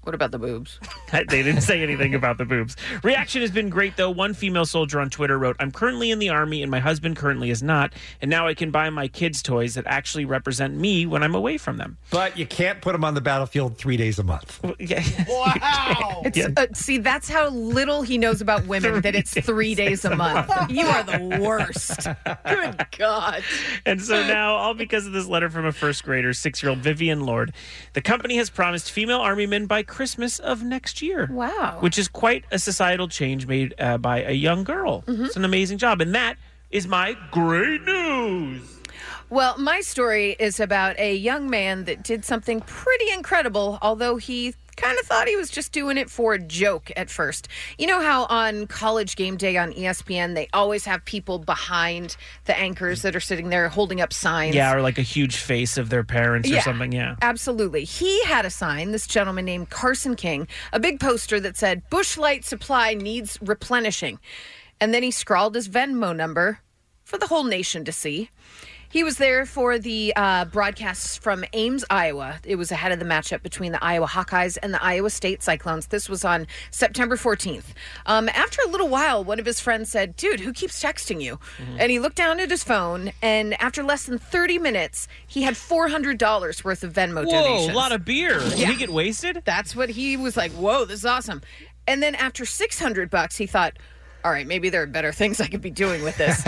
What about the boobs? they didn't say anything about the boobs. Reaction has been great, though. One female soldier on Twitter wrote, I'm currently in the army and my husband currently is not, and now I can buy my kids toys that actually represent me when I'm away from them. But you can't put them on the battlefield three days a month. Wow. It's, Yeah. uh, see, that's how little he knows about women that it's three days a month. You are the worst. Good God. and so now, all because of this letter from a first grader, six year old Vivian Lord, the company has promised female army men by Christmas of next year. Wow. Which is quite a societal change made uh, by a young girl. Mm-hmm. It's an amazing job. And that is my great news. Well, my story is about a young man that did something pretty incredible, although he kind of thought he was just doing it for a joke at first. You know how on college game day on E ESPN, they always have people behind the anchors that are sitting there holding up signs? Yeah, or like a huge face of their parents Yeah. or something. Yeah. Absolutely. He had a sign, this gentleman named Carson King, a big poster that said, Bush Light Supply needs replenishing. And then he scrawled his Venmo number for the whole nation to see. He was there for the uh, broadcasts from Ames, Iowa. It was ahead of the matchup between the Iowa Hawkeyes and the Iowa State Cyclones. This was on September 14th. Um, after a little while, one of his friends said, Dude, who keeps texting you? Mm-hmm. And he looked down at his phone, and after less than 30 minutes, he had $400 worth of Venmo Whoa, donations. a lot of beer. Did Yeah. he get wasted? That's what he was like, whoa, this is awesome. And then after 600 bucks, he thought, all right, maybe there are better things I could be doing with this.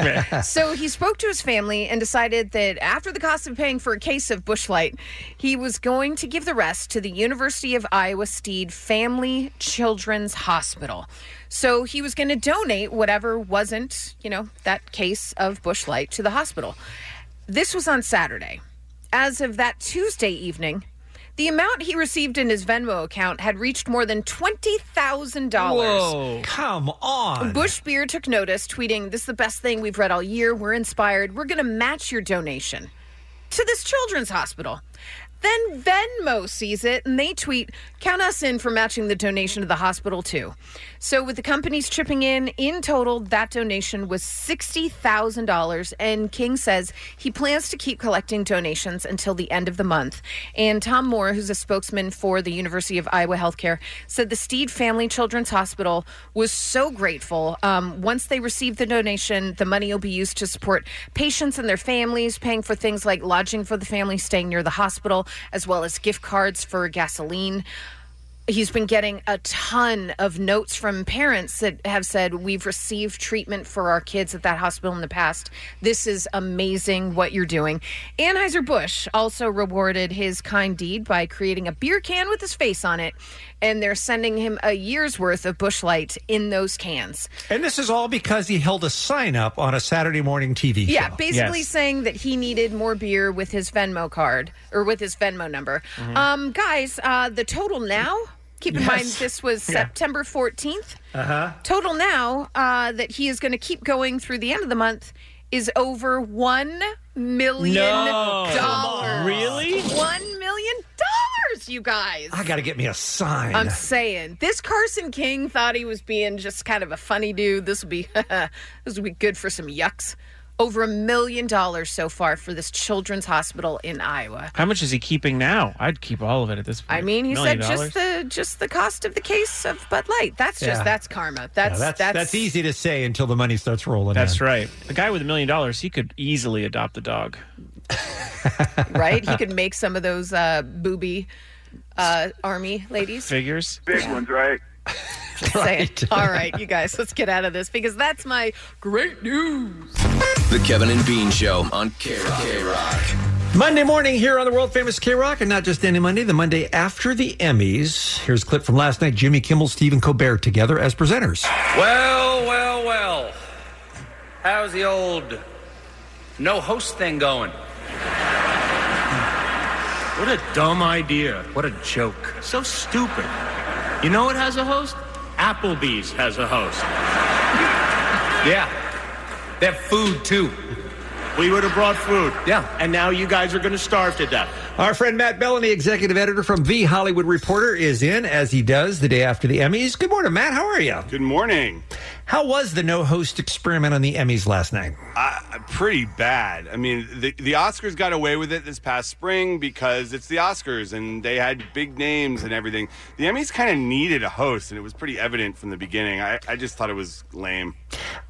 so he spoke to his family and decided that after the cost of paying for a case of bushlight, he was going to give the rest to the University of Iowa Steed Family Children's Hospital. So he was going to donate whatever wasn't, you know, that case of bushlight to the hospital. This was on Saturday. As of that Tuesday evening, the amount he received in his Venmo account had reached more than $20,000. Whoa. Come on. Bush Beer took notice, tweeting, This is the best thing we've read all year. We're inspired. We're going to match your donation to this children's hospital. Then Venmo sees it and they tweet, Count us in for matching the donation to the hospital, too. So, with the companies chipping in, in total, that donation was $60,000. And King says he plans to keep collecting donations until the end of the month. And Tom Moore, who's a spokesman for the University of Iowa Healthcare, said the Steed Family Children's Hospital was so grateful. Um, once they receive the donation, the money will be used to support patients and their families, paying for things like lodging for the family staying near the hospital, as well as gift cards for gasoline. He's been getting a ton of notes from parents that have said, We've received treatment for our kids at that hospital in the past. This is amazing what you're doing. Anheuser-Busch also rewarded his kind deed by creating a beer can with his face on it, and they're sending him a year's worth of Bush Light in those cans. And this is all because he held a sign up on a Saturday morning TV show. Yeah, basically saying that he needed more beer with his Venmo card or with his Venmo number. Mhm. Um, guys, uh, the total now, keep in Yes. mind this was Yeah. September 14th. Uh huh. Total now uh, that he is going to keep going through the end of the month is over $1 million. No. dollars. Really? $1 million, you guys. I got to get me a sign. I'm saying this Carson King thought he was being just kind of a funny dude. This will be this will be good for some yucks. Over a million dollars so far for this children's hospital in Iowa. How much is he keeping now? I'd keep all of it at this point. I mean, he Million said just dollars? the just the cost of the case of Bud Light. That's Yeah. just that's karma. That's that's, that's, easy to say until the money starts rolling. That's right. The guy with a million dollars, he could easily adopt a dog. right. He could make some of those uh, booby uh, army ladies. Figures. Big Yeah. ones, right? Say it. All right, you guys, let's get out of this because that's my great news. The Kevin and Bean Show on K Rock. Monday morning here on the world famous K Rock, and not just any Monday, the Monday after the Emmys. Here's a clip from last night Jimmy Kimmel, Stephen Colbert together as presenters. Well, well, well. How's the old no host thing going? What a dumb idea. What a joke. So stupid. You know what has a host? Applebee's has a host. yeah. They have food too. We would have brought food. Yeah. And now you guys are going to starve to death. Our friend Matt Bellany, executive editor from The Hollywood Reporter, is in as he does the day after the Emmys. Good morning, Matt. How are you? Good morning. How was the no host experiment on the Emmys last night? I, pretty bad. I mean, the, the Oscars got away with it this past spring because it's the Oscars and they had big names and everything. The Emmys kind of needed a host, and it was pretty evident from the beginning. I, I just thought it was lame.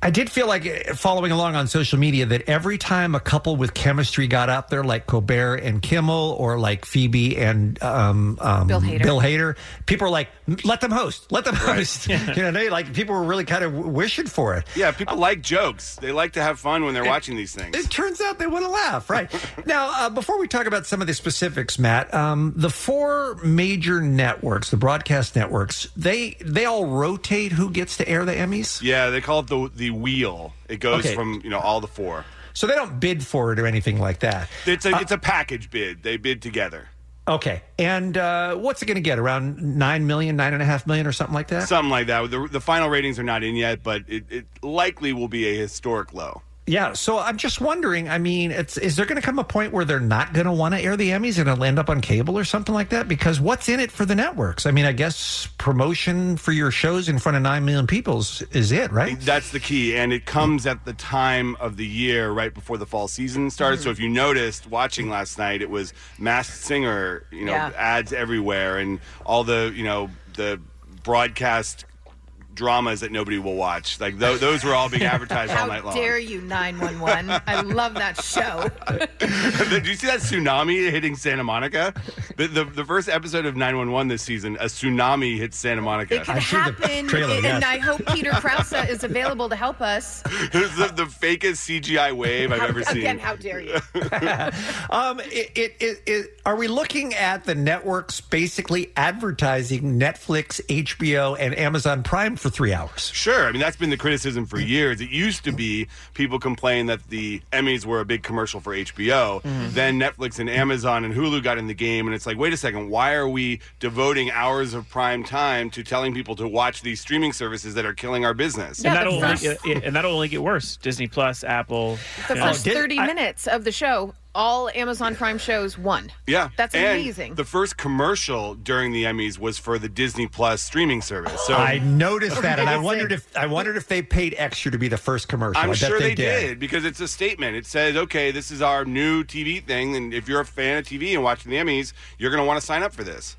I did feel like eh, following along on social media that every time a couple with chemistry got up there, like Colbert and Kimmel, or like Phoebe and um, um, Bill Hader. people were like, "Let them host, let them host." you know, they like people were really kind of w- wishing for it. Yeah, people like jokes. They like to have fun when they're watching these things. It turns out they want to laugh, right? now, uh, before we talk about some of the specifics, Matt, um, the four major networks, the broadcast networks, they they all rotate who gets to air the Emmys. Yeah, they call it the the wheel. It goes Okay. from you know all the four. So they don't bid for it or anything like that. It's a it's a package bid. They bid together. Okay, and uh, what's it going to get? Around nine million, nine and a half million, or something like that. Something like that. The, the final ratings are not in yet, but it, it likely will be a historic low. Yeah, so I'm just wondering. I mean, it's, is there going to come a point where they're not going to want to air the Emmys and it'll end up on cable or something like that? Because what's in it for the networks? I mean, I guess promotion for your shows in front of nine million people is, is it, right? That's the key, and it comes at the time of the year right before the fall season starts. Mm-hmm. So if you noticed watching last night, it was Masked Singer, you know, Yeah. ads everywhere, and all the you know the broadcast dramas that nobody will watch. Like tho- those were all being advertised How all night long. dare you, 911? I love that show. Did you see that tsunami hitting Santa Monica? The, the the first episode of 911 this season, a tsunami hit Santa Monica. It could happen, and I hope Peter Krause is available to help us. It was the, the fakest CGI wave I've How- ever seen. Again, how dare you? Um, it, it, it, it, are we looking at the networks basically advertising Netflix, HBO, and Amazon Prime for three hours? Sure. I mean, that's been the criticism for years. It used to be people complain that the Emmys were a big commercial for HBO. Mm-hmm. Mhm. Then Netflix and Amazon and Hulu got in the game, and it's like, wait a second, why are we devoting hours of prime time to telling people to watch these streaming services that are killing our business? and that'll only, yeah, and that'll only get worse. Disney Plus, Apple. Oh, The Oh, you know. first 30 minutes of the show, all Amazon Prime shows won. Yeah, That's And amazing. The first commercial during the Emmys was for the Disney Plus streaming service. So I noticed that, and I wondered if I wondered if they paid extra to be the first commercial. I'm I bet sure they, did. because it's a statement. It says, okay, this is our new TV thing, and if you're a fan of TV and watching the Emmys, you're going to want to sign up for this.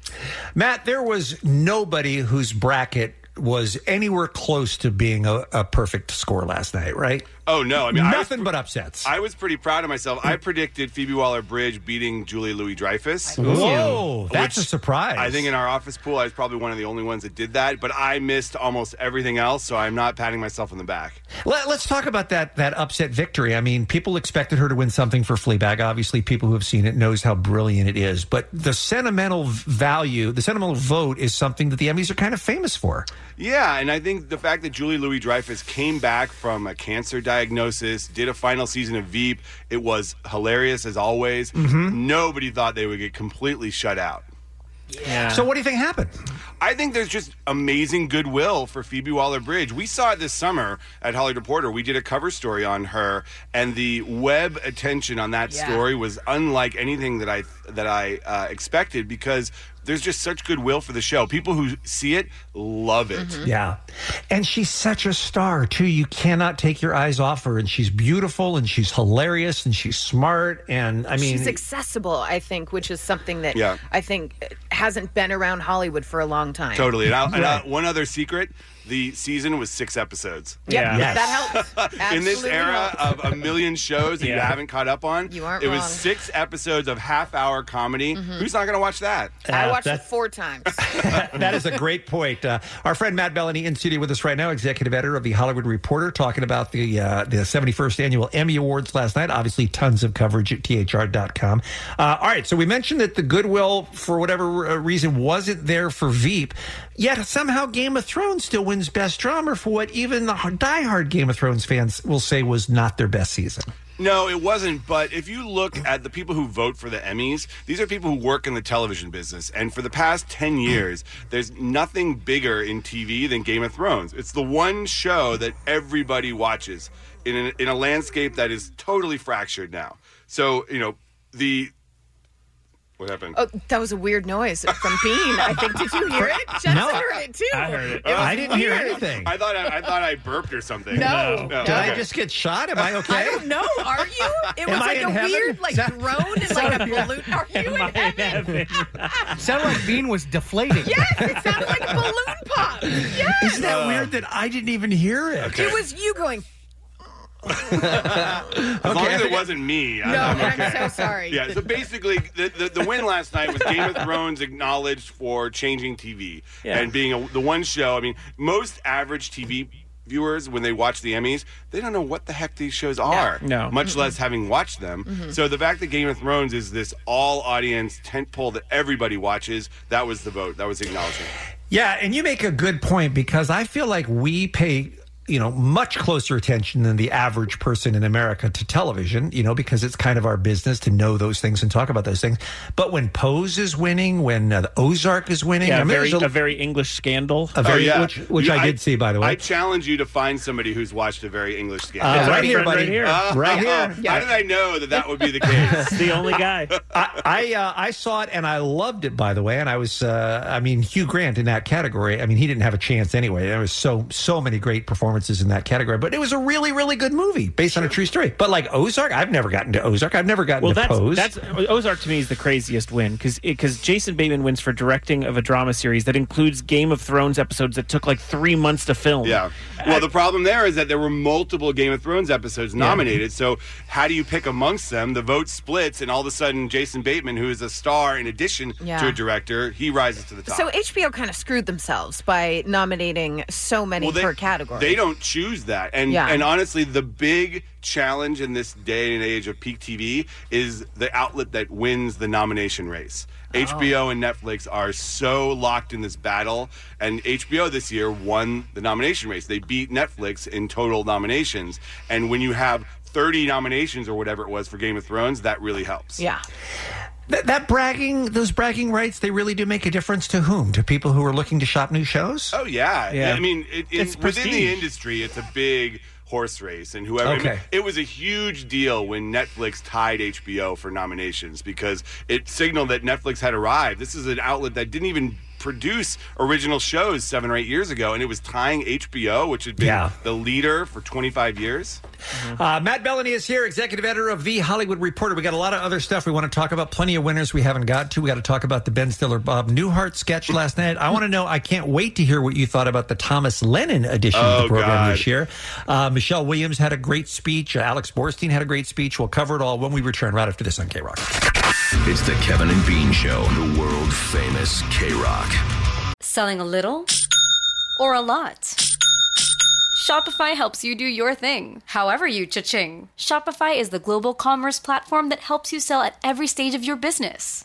Matt, there was nobody whose bracket was anywhere close to being a, a perfect score last night, right? Oh no, I mean I was- nothing but upsets. I was pretty proud of myself. I predicted Phoebe Waller Bridge beating Julie Louis Dreyfus. Whoa, that's a surprise. I think in our office pool, I was probably one of the only ones that did that, but I missed almost everything else, so I'm not patting myself on the back. Let, us talk about that that upset victory. I mean, people expected her to win something for Fleabag. Obviously, people who have seen it knows how brilliant it is. But the sentimental value, the sentimental vote, is something that the Emmys are kind of famous for. Yeah, and I think the fact that Julie Louis Dreyfus came back from a cancer diagnosis, did a final season of Veep, it was hilarious as always. Mhm. Nobody thought they would get completely shut out. Yeah. So, what do you think happened? I think there's just amazing goodwill for Phoebe Waller Bridge. We saw it this summer at Hollywood Reporter. We did a cover story on her, and the web attention on that Yeah. story was unlike anything that I that I uh, expected because there's just such goodwill for the show. People who see it love it. Yeah. And she's such a star, too. You cannot take your eyes off her. And she's beautiful and she's hilarious and she's smart. And I mean, she's accessible, I think, which is something that Yeah. I think hasn't been around Hollywood for a long time. Totally. And, I, and I- Right. one other secret: the season was six episodes. Yep, That helps. in this Absolutely era helps. of a million shows that you Yeah. haven't caught up on, You aren't it was wrong. six episodes of half hour comedy. Mhm. Who's not going to watch that? I Uh, watched it that's- four times. that is a great point. Uh, our friend Matt Bellany in studio with us right now, executive editor of the Hollywood Reporter, talking about the uh, the 71st annual Emmy Awards last night. Obviously, tons of coverage at thr.com. Uh, all right, so we mentioned that the goodwill, for whatever uh, reason, wasn't there for Veep. Yet somehow, Game of Thrones still wins Best Drama for what even the diehard Game of Thrones fans will say was not their best season. No, it wasn't. But if you look at the people who vote for the Emmys, these are people who work in the television business. And for the past 10 years, there's nothing bigger in TV than Game of Thrones. It's the one show that everybody watches in, an, in a landscape that is totally fractured now. So, you know, the. What happened? Oh, that was a weird noise from Bean. I think. Did you hear it? Jensen No, I- heard it too. Oh. was weird. I thought I, I thought I burped or something. No. No. Did I Oh, okay. just get shot? Am I okay? I don't know. Are you? It Am was I like in a heaven? weird, like drone and like a balloon. Are you in heaven? Sounded like Bean was deflating. yes, it sounded like a balloon pop. Yes. Isn't that weird that I didn't even hear it? It was you going. As long as it wasn't me. I- No, I'm, I'm okay. so sorry. Yeah, so basically, the, the, the win last night was Game of Thrones acknowledged for changing TV Yeah. and being a, the one show. I mean, most average TV viewers, when they watch the Emmys, they don't know what the heck these shows are, No. much Mhm. less having watched them. Mm-hmm. Mhm. So the fact that Game of Thrones is this all audience tentpole that everybody watches, that was the vote. That was acknowledgement. Yeah, and you make a good point because I feel like we pay you know much closer attention than the average person in America to television, you know, because it's kind of our business to know those things and talk about those things. But when Pose is winning, when uh, the Ozark is winning, Yeah, I a mean, very, there's a very English scandal. A very- which- which I did see, by the way. Oh, I challenge you to find somebody who's watched a very English scandal. Uh, right here, buddy. Uh, Right here. uh, How did I know that that would be the case? the only guy. I I, uh, I saw it and I loved it. By the way, and I was uh, I mean Hugh Grant in that category. I mean he didn't have a chance anyway. There was so so many great performances in that category, but it was a really really good movie based on a true story. But like Ozark, I've never gotten to Ozark. I've never gotten Well, to that's Pose. that's Ozark to me is the craziest win because because Jason Bateman wins for directing of a drama series that includes Game of Thrones episodes that took like three months to film. Yeah. Well, the problem there is that there were multiple Game of Thrones episodes nominated. So, how do you pick amongst them? The vote splits, and all of a sudden, Jason Bateman, who is a star in addition Yeah. to a director, he rises to the top. So HBO kind of screwed themselves by nominating so many Well, they- per category. They don't choose that. And Yeah. and honestly, the big challenge in this day and age of peak TV is the outlet that wins the nomination race. Oh. HBO and Netflix are so locked in this battle, and HBO this year won the nomination race. They beat Netflix in total nominations, and when you have 30 nominations or whatever it was for Game of Thrones, that really helps. Yeah. That, that bragging, those bragging rights, they really do make a difference to whom? To people who are looking to shop new shows? Oh yeah, Yeah. I mean, it, it- It's within the prestige. industry, it's a big horse race, and whoever. I mean, Okay. it was a huge deal when Netflix tied HBO for nominations because it signaled that Netflix had arrived. This is an outlet that didn't even produce original shows seven or eight years ago, and it was tying HBO, which had been Yeah. the leader for 25 years. Uh, Matt Bellany is here, executive editor of The Hollywood Reporter. We got a lot of other stuff we want to talk about. Plenty of winners we haven't got to. We got to talk about the Ben Stiller Bob Newhart sketch last night. I want to know. I can't wait to hear what you thought about the Thomas Lennon edition of Oh, the program God. this year. Uh, Michelle Williams had a great speech. Uh, Alex Borstein had a great speech. We'll cover it all when we return right after this on K Rock. It's the Kevin and Bean Show, the world famous K Rock. Selling a little or a lot? Shopify helps you do your thing, however you cha-ching. Shopify is the global commerce platform that helps you sell at every stage of your business.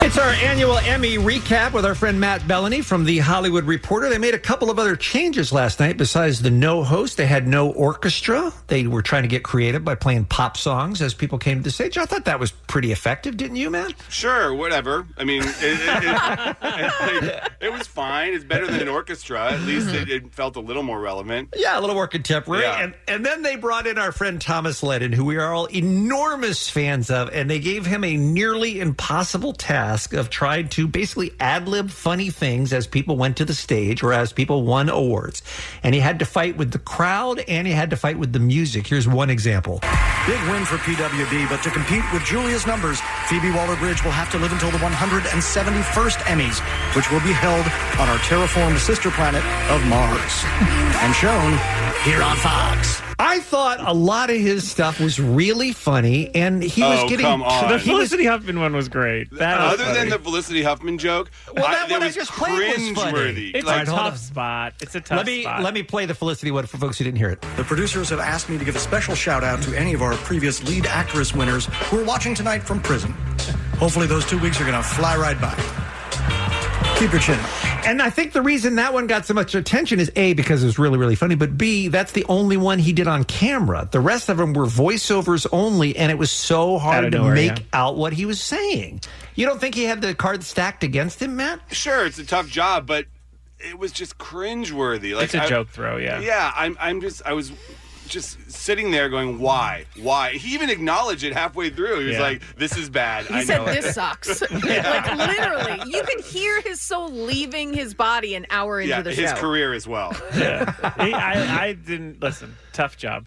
It's our annual Emmy recap with our friend Matt Bellany from The Hollywood Reporter. They made a couple of other changes last night besides the no host. They had no orchestra. They were trying to get creative by playing pop songs as people came to the stage. I thought that was pretty effective, didn't you, Matt? Sure, whatever. I mean, it, it, it- it was fine. It's better than an orchestra. At least Mm-hmm. it, it felt a little more relevant. Yeah, a little more contemporary. Yeah. And and then they brought in our friend Thomas Lennon, who we are all enormous fans of, and they gave him a nearly impossible task of trying to basically ad lib funny things as people went to the stage or as people won awards. And he had to fight with the crowd and he had to fight with the music. Here's one example. Big win for PWB, but to compete with Julia's numbers, Phoebe Waller-Bridge will have to live until the 171st Emmys, which will be held on our terraformed sister planet of Mars, and shown here on Fox. I thought a lot of his stuff was really funny, and he was Oh, getting come on. The Felicity Huffman one was great. Other than the Felicity Huffman joke, Well, that there one I just played was funny. cringeworthy. It's a Like, tough spot. It's a let me let me play the Felicity one for folks who didn't hear it. The producers have asked me to give a special shout out to any of our previous lead actress winners who are watching tonight from prison. Hopefully, those two weeks are going to fly right by. Keep your chin up. And I think the reason that one got so much attention is A, because it was really, really funny, but B, that's the only one he did on camera. The rest of them were voiceovers only, and it was so hard to nowhere, make yeah. out what he was saying. You don't think he had the cards stacked against him, Matt? Sure, it's a tough job, but it was just cringeworthy. Like It's a I- joke throw, yeah. Yeah, I'm. I'm just. I was just sitting there going, "Why? Why?" He even acknowledged it halfway through. He was Yeah. like, "This is bad." He I said, know it." "This sucks." like literally, you could hear his soul leaving his body an hour into yeah, the his show. career as well. I, I, I didn't listen. Tough job.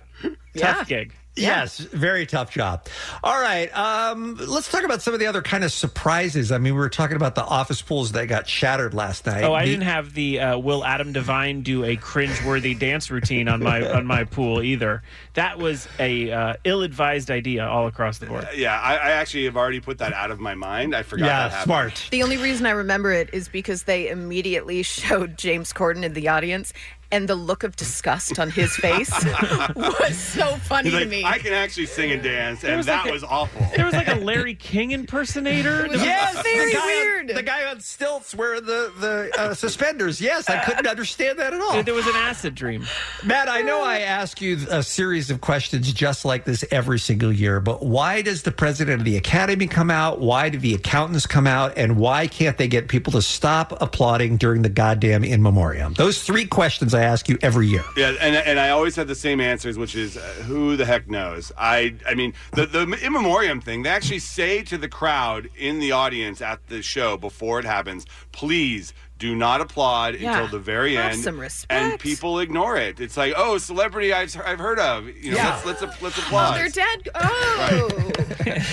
Tough gig. Yes, very tough job. All right, um, let's talk about some of the other kind of surprises. I mean, we were talking about the office pools that got shattered last night. Oh, I The- didn't have the uh, will Adam Devine do a cringeworthy dance routine on my on my pool either. That was a uh, ill-advised idea all across the board. Yeah, I, I actually have already put that out of my mind. I forgot. Yeah, that happened. smart. The only reason I remember it is because they immediately showed James Corden in the audience, and the look of disgust on his face was so funny He's to like, me. I can actually sing and dance, There and was that like a- was awful. There was like a Larry King impersonator. Yes, the guy On, the guy on stilts where the the uh, suspenders. Yes, I couldn't understand that at all. There was an acid dream. Matt, I know I ask you a series of questions just like this every single year, but why does the president of the academy come out? Why do the accountants come out? And why can't they get people to stop applauding during the goddamn in memoriam? Those three questions I ask you every year. Yeah, and and I always had the same answers, which is uh, who the heck knows. I I mean the the in memoriam thing. They actually say to the crowd in the audience at the show before it happens, please. Do not applaud Yeah. until the very Have end, some and people ignore it. It's like, oh, celebrity I've, I've heard of. You know, Yeah. let's let's let's oh, applaud. they're dead. Oh,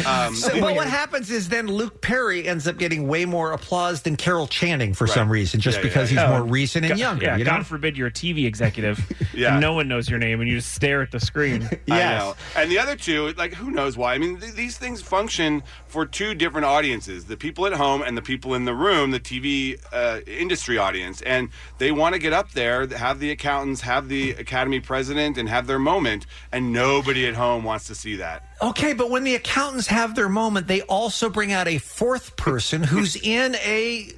Um, So, but what happens is then Luke Perry ends up getting way more applause than Carol Channing for Right. some reason, just Yeah, yeah, because yeah. he's Oh, more recent and God- younger. Yeah, you know? God forbid you're a TV executive. and no one knows your name, and you just stare at the screen. I know. And the other two, like, who knows why? I mean, th- these things function for two different audiences the people at home and the people in the room, the TV uh, industry audience. And they want to get up there, have the accountants, have the academy president, and have their moment. And nobody at home wants to see that. Okay, but when the accountants have their moment, they also bring out a fourth person who's in a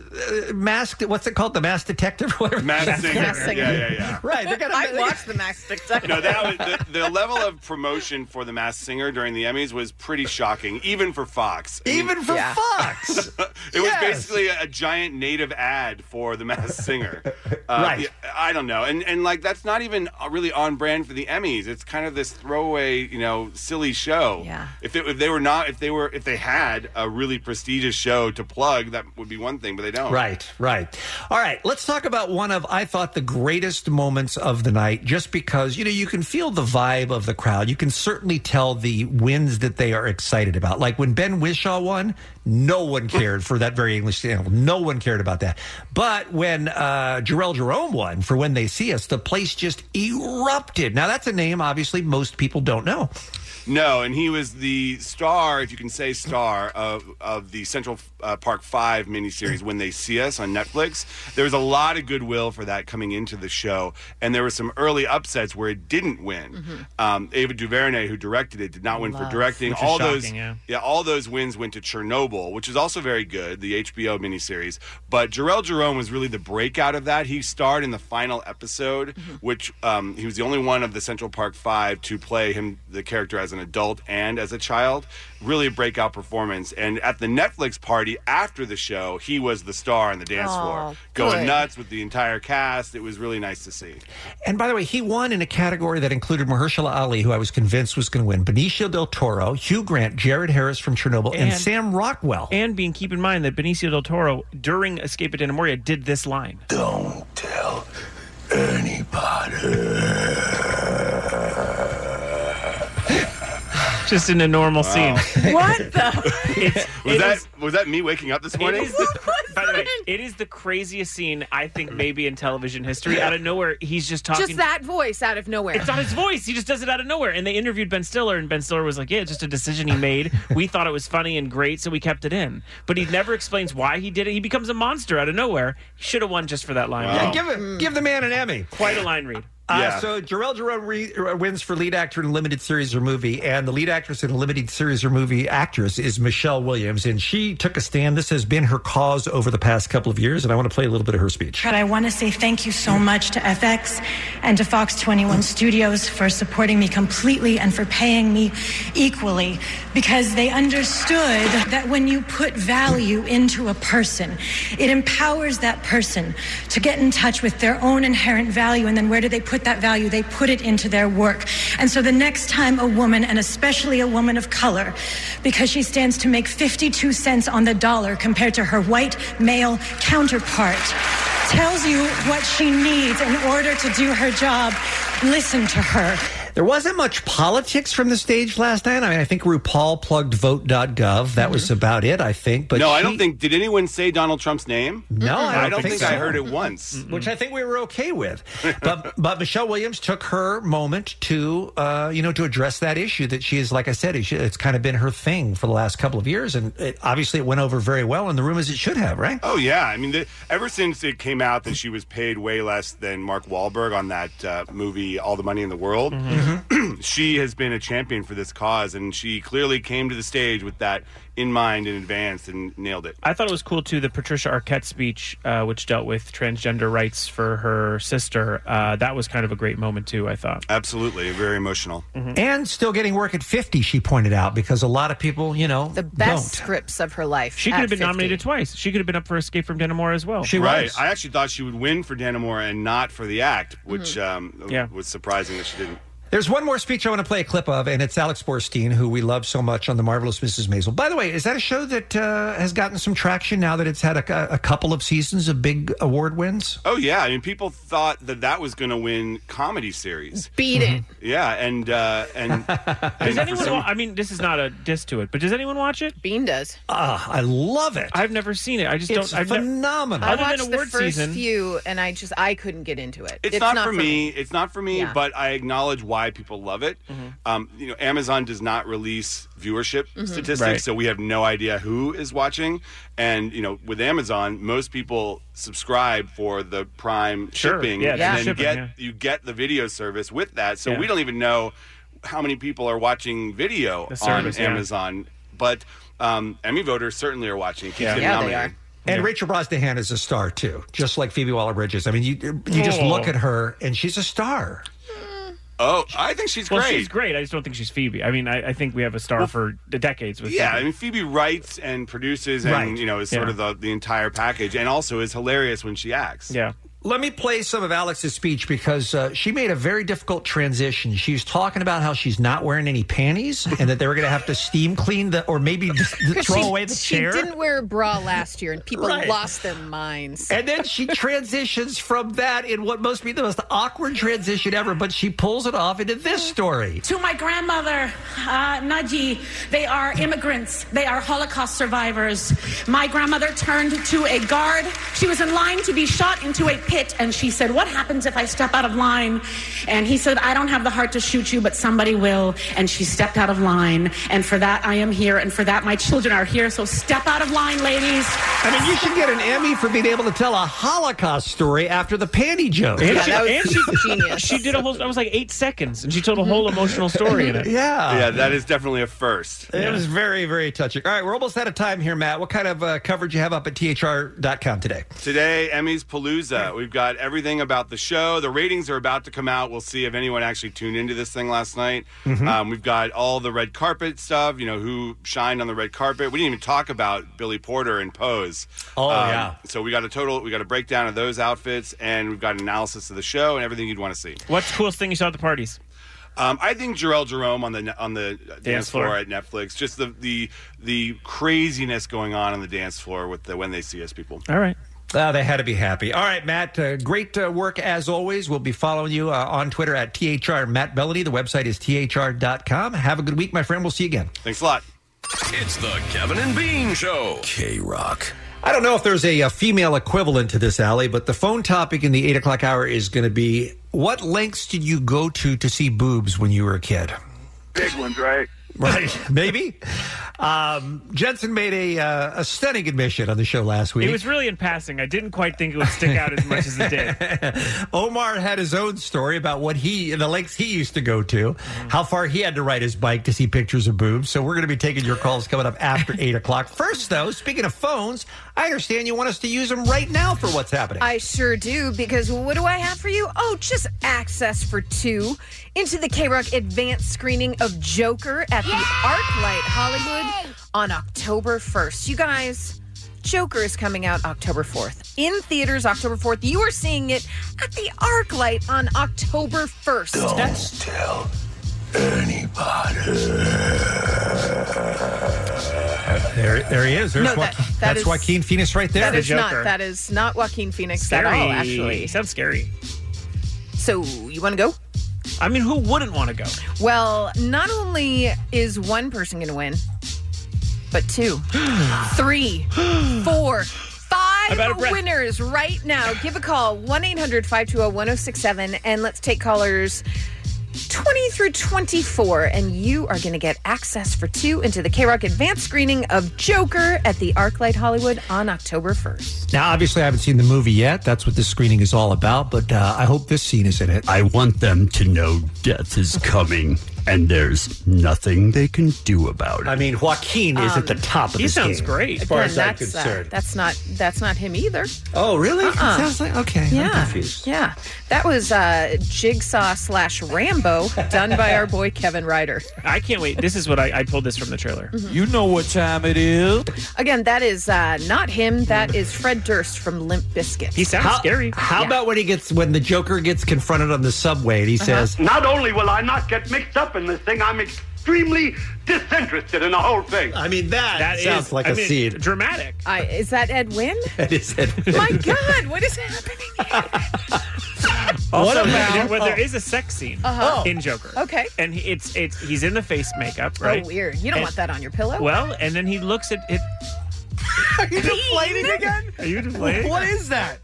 uh, masked. What's it called? The masked detective? Whatever. Masked singer. Masked singer. Yeah, yeah, yeah. Right. They got. I watched the Max Detective. No, that was the, the level of promotion for the Masked Singer during the Emmys was pretty shocking, even for Fox. I mean, Even for Fox. It Yes. was basically a, a giant native ad for the Masked Singer. Uh, Right. yeah, I don't know, and and like that's not even really on brand for the Emmys. It's kind of this throwaway, you know, silly show. Yeah. If it, if they were not, if they were, if they had a really prestigious show to plug, that would be one thing, but they don't. Right, right. All right, let's talk about one of I thought the greatest moments of the night just because you know you can feel the vibe of the crowd. You can certainly tell the wins that they are excited about. Like when Ben Wishaw won, no one cared for that very English channel. No one cared about that. But when uh Jarrell Jerome won for When They See Us, the place just erupted. Now that's a name obviously most people don't know. No, and he was the star, if you can say star, of of the Central uh, Park Five miniseries when they see us on Netflix. There was a lot of goodwill for that coming into the show, and there were some early upsets where it didn't win. Um, Ava DuVernay, who directed it, did not win Love. for directing. Which is all those, shocking, yeah. all those wins went to Chernobyl, which is also very good, the HBO miniseries. But Jarrell Jerome was really the breakout of that. He starred in the final episode, which um, he was the only one of the Central Park Five to play him the character as an adult and as a child. Really a breakout performance. And at the Netflix party after the show, he was the star on the dance Aw, floor, going good. nuts with the entire cast. It was really nice to see. And by the way, he won in a category that included Mahershala Ali, who I was convinced was going to win, Benicio del Toro, Hugh Grant, Jared Harris from Chernobyl, and, Sam Rockwell. And being keep in mind that Benicio del Toro during Escape at Moria did this line. Don't tell anybody. Just in a normal Wow. scene. What the? It's, Was it that is- was that me waking up this morning? It is the, by the way, it is the craziest scene I think maybe in television history. Out of nowhere, he's just talking. just that voice out of nowhere. It's not his voice. He just does it out of nowhere. And they interviewed Ben Stiller, and Ben Stiller was like, "Yeah, it's just a decision he made. We thought it was funny and great, so we kept it in." But he never explains why he did it. He becomes a monster out of nowhere. He should have won just for that line. Hmm. Yeah, give it, give the man an Emmy. Quite a line read. Uh, so Jarell Jerome re- uh, wins for lead actor in a limited series or movie, and the lead actress in a limited series or movie actress is Michelle Williams, and she took a stand. This has been her cause over the past couple of years, and I want to play a little bit of her speech. But I want to say thank you so much to FX and to Fox 21 Studios for supporting me completely and for paying me equally because they understood that when you put value into a person, it empowers that person to get in touch with their own inherent value. And then where do they put that value? They put it into their work. And so the next time a woman, and especially a woman of color, because she stands to make 52 cents on the dollar compared to her white male counterpart tells you what she needs in order to do her job, listen to her. There wasn't much politics from the stage last night. I mean, I think RuPaul plugged vote.gov. That was about it, Mm-hmm. I think. But no, I she- don't think. Did anyone say Donald Trump's name? No, I don't I don't think think, so. I heard it once. Which I think we were okay with. but but Michelle Williams took her moment to uh, you know to address that issue that she is like I said she, it's kind of been her thing for the last couple of years and it, obviously it went over very well in the room as it should have right Oh yeah, I mean, the, ever since it came out that she was paid way less than Mark Wahlberg on that uh, movie All the Money in the World, she has been a champion for this cause, and she clearly came to the stage with that in mind in advance and nailed it. I thought it was cool too the Patricia Arquette speech, uh, which dealt with transgender rights for her sister. Uh, that was kind of a great moment too. I thought Mm-hmm. absolutely very emotional. and still getting work at fifty she pointed out because a lot of people you know the Best scripts of her life. She could at have been 50. nominated twice. She could have been up for Escape from Denimore as well. right. I actually thought she would win for Danamore and not for the act, which um, Yeah. was surprising that she didn't. There's one more speech I want to play a clip of, and it's Alex Borstein, who we love so much on The Marvelous Mrs. Maisel. By the way, is that a show that uh, has gotten some traction now that it's had a, a couple of seasons of big award wins? Oh yeah, I mean, people thought that that was going to win comedy series. Mm-hmm. Beat it. Yeah, and uh, and Does anyone? Wa- I mean, this is not a diss to it, but does anyone watch it? Bean does. Ah, I love it. I've never seen it. I just It's don't. I've nev- phenomenal. I Other than watched the award first season, few, and I just I couldn't get into it. It's, not, for me. It's not for me. Yeah. But I acknowledge why people love it. Mhm. Um, you know, Amazon does not release viewership Mhm. statistics, Right. so we have no idea who is watching. And you know, with Amazon, most people subscribe for the Prime Sure. shipping, Yeah, and yeah. then shipping, get yeah. you get the video service with that. So Yeah. we don't even know how many people are watching video The on service, yeah. Amazon, but. Um, Emmy voters certainly are watching. It keeps Yeah. them Yeah, they nominated. And Rachel Brosnahan is a star too, just like Phoebe Waller-Bridges. I mean, you you just Oh. look at her and she's a star. Oh, I think she's well, great. she's great. I just don't think she's Phoebe. I mean, I, I think we have a star for the decades. With Yeah, Phoebe. I mean Phoebe writes and produces and Right. you know is sort Yeah. of the, the entire package, and also is hilarious when she acts. Yeah. Let me play some of Alex's speech because uh, she made a very difficult transition. She was talking about how she's not wearing any panties and that they were going to have to steam clean the or maybe just throw she, away the she chair. didn't wear a bra last year, and people Right. lost their minds. And then she transitions from that in what must be the most awkward transition ever, but she pulls it off into this story. To my grandmother, uh, Naji, they are immigrants. They are Holocaust survivors. My grandmother turned to a guard. She was in line to be shot into a pit, and she said, What happens if I step out of line? And he said, I don't have the heart to shoot you, but somebody will. And she stepped out of line. And for that, I am here. And for that, my children are here. So step out of line, ladies. I mean, you should get an Emmy for being able to tell a Holocaust story after the panty joke. And she, and she- She did a whole. That was like eight seconds, and she told a whole emotional story in it. Yeah. yeah, that is definitely a first. It was very, very touching. All right, we're almost out of time here, Matt. What kind of uh, coverage you have up at thr.com today? Today, Emmy's Palooza. We've got everything about the show. The ratings are about to come out. We'll see if anyone actually tuned into this thing last night. Mm-hmm. Mhm. Um, we've got all the red carpet stuff. You know who shined on the red carpet. We didn't even talk about Billy Porter and Pose. Um, Oh, yeah. So we got a total. We got a breakdown of those outfits, and we've got an analysis of the show and everything you'd want to see. What's the coolest thing you saw at the parties? Um, I think Jarell Jerome on the ne- on the uh, dance, floor. floor. at Netflix. Just the, the the craziness going on on the dance floor with the when they see us people. All right. Uh, they had to be happy. All right, Matt, uh, great uh, work as always. We'll be following you uh, on Twitter at THR Matt Bellady. The website is THR.com. Have a good week, my friend. We'll see you again. Thanks a lot. It's the Kevin and Bean Show. K Rock. I don't know if there's a, uh female equivalent to this, Allie, but the phone topic in the 8 o'clock hour is going to be what lengths did you go to to see boobs when you were a kid? Big ones, right? Right, maybe. Um, Jensen made a uh, a stunning admission on the show last week. It was really in passing. I didn't quite think it would stick out as much as it did. Omar had his own story about what he the lengths he used to go to, how far he had to ride his bike to see pictures of boobs. So we're going to be taking your calls coming up after eight o'clock. First, though, speaking of phones, I understand you want us to use them right now for what's happening. I sure do, because what do I have for you? Oh, just access for two into the K Rock advanced screening of Joker at the Arclight Hollywood on October 1st. You guys, Joker is coming out October 4th. In theaters, October 4th. You are seeing it at the Arclight on October 1st. That's tell. There, there he is. There's No, that- Joaquin, that that's is- Joaquin Phoenix right there. that is not that is not Joaquin Phoenix at all, actually. sounds scary. So you want to go? I mean, who wouldn't want to go? Well, not only is one person going to win, but two, three, four, I'm out five of breath. winners right now. Give a call 1 800 520 1067 and let's take callers 20 through 24. And you are going to get access for two into the K Rock advanced screening of Joker at the Arclight Hollywood on October 1st. Now, obviously, I haven't seen the movie yet. That's what this screening is all about. But uh, I hope this scene is in it. I want them to know death is coming, and there's nothing they can do about it. I mean, Joaquin is at the Um, top of he his sounds game, great. Again, that's, uh, that's not that's not him either. Oh, really? It Uh-uh. sounds like okay. I'm Yeah. confused. Yeah, that was uh, Jigsaw slash Rambo done by our boy Kevin Ryder. I can't wait. This is what I, I pulled this from the trailer. Mhm. You know what time it is. Again, that is uh, not him. That is Fred Durst from Limp Bizkit. He how, How about when he gets when the Joker gets confronted on the subway Uh-huh. and he says, Not only will I not get mixed up in this thing, I'm extremely disinterested in the whole thing. I mean, that sounds like a a seed. Dramatic. I, is that Ed Wynn? That is it. My God, what is happening? Also, What there- about- there- where there Oh. is a sex scene Uh-huh. in Joker? Okay. and he- it's it's he's in the face makeup, right? Oh, weird. You don't And- want that on your pillow. Well, and then he looks at it. are you deflating again? Are you deflating? What is that?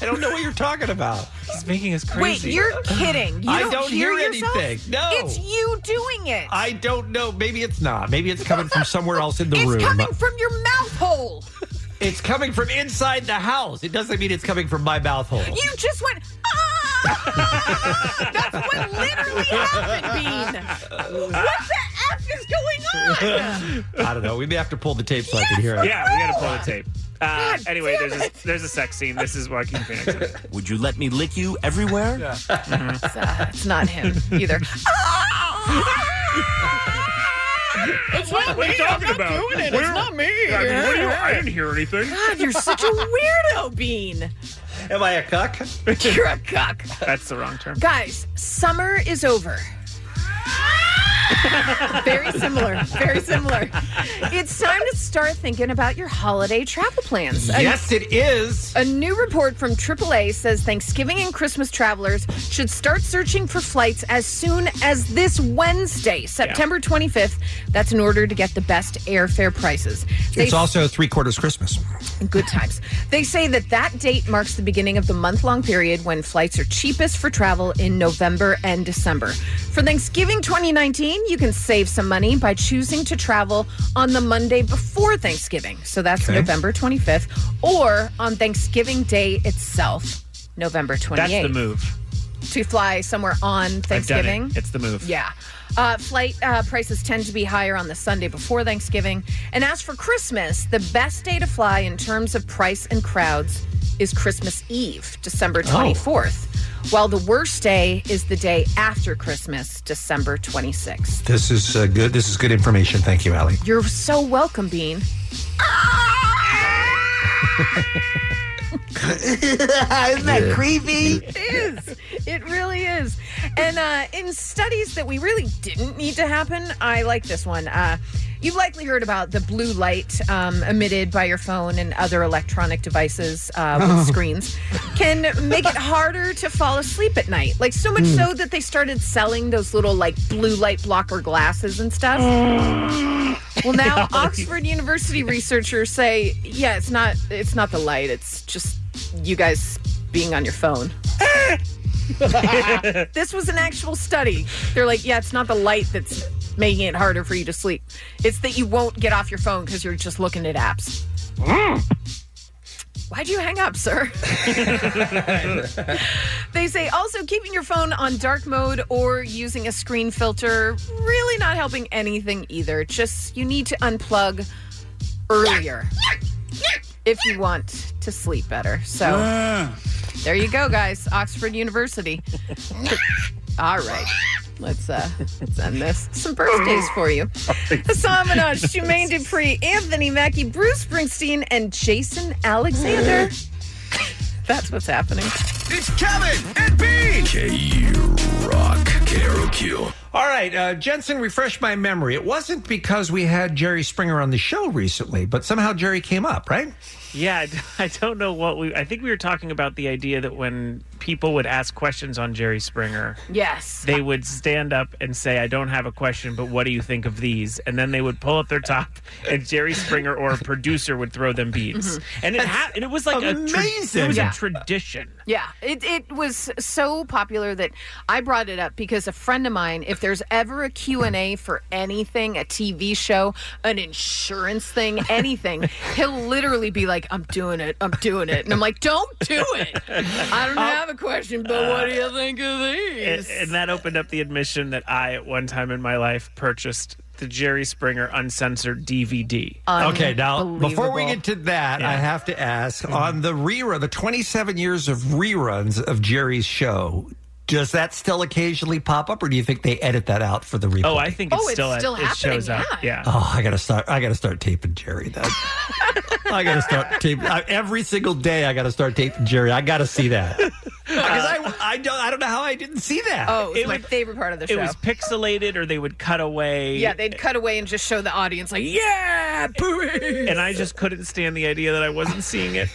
I don't know what you're talking about. He's making us Wait, you're kidding? You I don't hear, yourself? anything. No, it's you doing it. I don't know. Maybe it's not. Maybe it's coming from somewhere else in the it's room. coming from your mouth hole. it's coming from inside the house. It doesn't mean it's coming from my mouth hole. You just went. Ah! That's what literally happened, Bean. What the f is going on? I don't know. We may have to pull the tape so I can hear it. Yeah, we gotta pull the tape. Uh, anyway, there's a, there's a sex scene. This is Joaquin Phoenix. Mm-hmm. Would you let me lick you everywhere? It's, uh, it's not him either. That's not what are you me. talking I'm not about? doing it. It's Where- not me. I, mean, what do you- I didn't hear anything. God, you're such a weirdo, Bean. Am I a cuck? You're a cuck. That's the wrong term. Guys, summer is over. very similar. Very similar. It's time to start thinking about your holiday travel plans. A- Yes, it is. A new report from AAA says Thanksgiving and Christmas travelers should start searching for flights as soon as this Wednesday, September 25th. That's in order to get the best airfare prices. They It's also three quarters Christmas. Good times. They say that that date marks the beginning of the month long period when flights are cheapest for travel in November and December. For Thanksgiving 2019, you can save some money by choosing to travel on the Monday before Thanksgiving. So that's Okay. November 25th, or on Thanksgiving Day itself, November 28th. That's the move. To fly somewhere on I've done it. Thanksgiving. It's the move. Yeah. Uh, flight uh, prices tend to be higher on the Sunday before Thanksgiving. And as for Christmas, the best day to fly in terms of price and crowds is Christmas Eve, December Oh. 24th, while the worst day is the day after Christmas, December 26th. This is uh, good. This is good information. Thank you, Allie. You're so welcome, Bean. Isn't that Yeah. creepy? It is. It really is. And uh, in studies that we really didn't need to happen, I like this one. Uh, you've likely heard about the blue light um, emitted by your phone and other electronic devices uh, with Oh. screens can make it harder to fall asleep at night. Like so much Mm. so that they started selling those little like blue light blocker glasses and stuff. well, now Oxford University researchers say, yeah, it's not it's not the light. It's just you guys being on your phone. this was an actual study. They're like, yeah, it's not the light that's making it harder for you to sleep. It's that you won't get off your phone because you're just looking at apps. Hmm. Why'd you hang up, sir? They say also keeping your phone on dark mode or using a screen filter really not helping anything either. Just you need to unplug earlier if you want to sleep better. So Yeah. there you go, guys. Oxford University. All right. Let's uh let's end this. Some birthdays for you. Hassan Minaj, Shumaine Dupree, Anthony Mackie, Bruce Springsteen, and Jason Alexander. That's what's happening. Uh, It's Kevin and Bean. KU Rock. KROQ. All right, uh, Jensen, refresh my memory. It wasn't because we had Jerry Springer on the show recently, but somehow Jerry came up, right? Yeah, I d- I don't know what we. I think we were talking about the idea that when people would ask questions on Jerry Springer, Yes. they would stand up and say, I don't have a question, but what do you think of these? And then they would pull up their top, and Jerry Springer or a producer would throw them beads. Mhm. And it, ha- and it was like a tra- amazing. it was Yeah. a tradition. Yeah, it, it was so popular that I brought it up because a friend of mine, if there's ever a Q&A for anything, a TV show, an insurance thing, anything, he'll literally be like, I'm doing it, I'm doing it. And I'm like, don't do it. I don't have a question, but what Uh, do you think of And, these? and that opened up the admission that I, at one time in my life, purchased the Jerry Springer uncensored DVD. Okay, now before we get to that, I Yeah. Mm-hmm. have to ask on the rerun, the 27 years of reruns of Jerry's show, does that still occasionally pop up, or do you think they edit that out for the replay? Oh, I think it's Oh, it's still, still it shows up. Yeah. Oh, I gotta start. I gotta start taping Jerry. Then I gotta start taping I, every single day. I gotta start taping Jerry. I gotta see that. Because I, I don't, I don't know how I didn't see that. Oh, it's my favorite part of the It show. was pixelated, or they would cut away. yeah, they'd cut away and just show the audience like, yeah, booey. and I just couldn't stand the idea that I wasn't seeing it.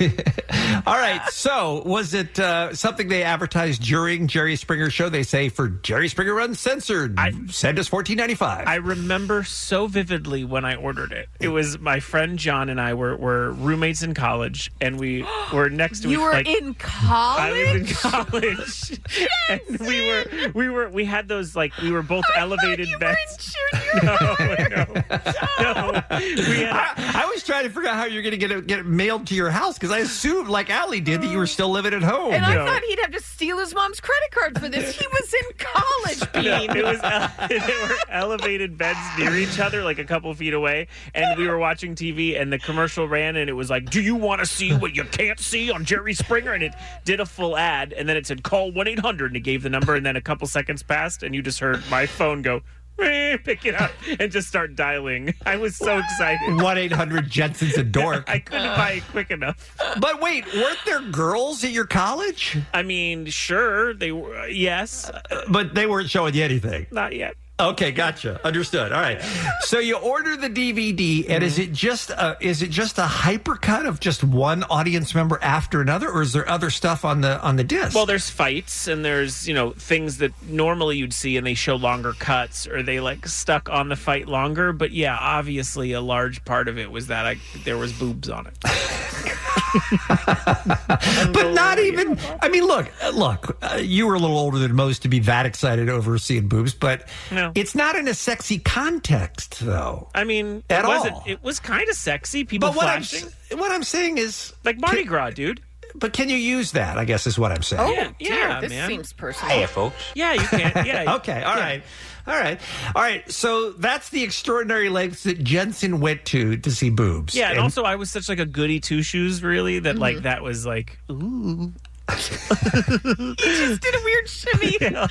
All right. So, was it uh, something they advertised during Jerry Springer show? They say for Jerry Springer Uncensored, send us fourteen ninety five. I remember so vividly when I ordered it. It was my friend John and I were, were roommates in college, and we were next to each You were like, in college? I was in college. and we were we were we had those like we were both elevated beds. I, I was trying to figure out how you're going to get it, get it mailed to your house because I assumed, like Allie did, that you were still living at home. And I thought he'd have to steal his mom's credit card for this. He was in college, No, Bean. it was uh, they were elevated beds near each other, like a couple feet away, and we were watching TV, and the commercial ran, and it was like, "Do you want to see what you can't see on Jerry Springer?" And it did a full ad, and then it said, "Call one eight hundred, and it gave the number, and then a couple seconds passed, and you just heard my phone go. "Eh," Pick it up and just start dialing. I was so excited. one eight hundred Jensen's a dork. I couldn't buy it quick enough. But wait, weren't there girls at your college? I mean, sure, they were. Yes, But they weren't showing you anything. not yet. Okay, gotcha. Understood. All right. So you order the DVD, and Mm-hmm. is it just a is it just a hypercut of just one audience member after another, or is there other stuff on the on the disc? Well, there's fights and there's, you know, things that normally you'd see and they show longer cuts or they like stuck on the fight longer. But yeah, obviously a large part of it was that I, there was boobs on it. but not even. I mean, look, look. Uh, you were a little older than most to be that excited over seeing boobs, but No. it's not in a sexy context, though. I mean, At Mm. it wasn't, all. it was kind of sexy. People But what I'm flashing. what I'm saying is like Mardi Gras, dude. But can you use that? I guess is what I'm saying. yeah, yeah, Oh, this man. seems personal. Hey, folks. Yeah, you can't. Yeah. okay. All right. All right. All right. So that's the extraordinary lengths that Jensen went to to see boobs. Yeah, and also I was such like a goody two shoes, really, that Mm-hmm. like that was like, ooh. just did a weird shimmy. I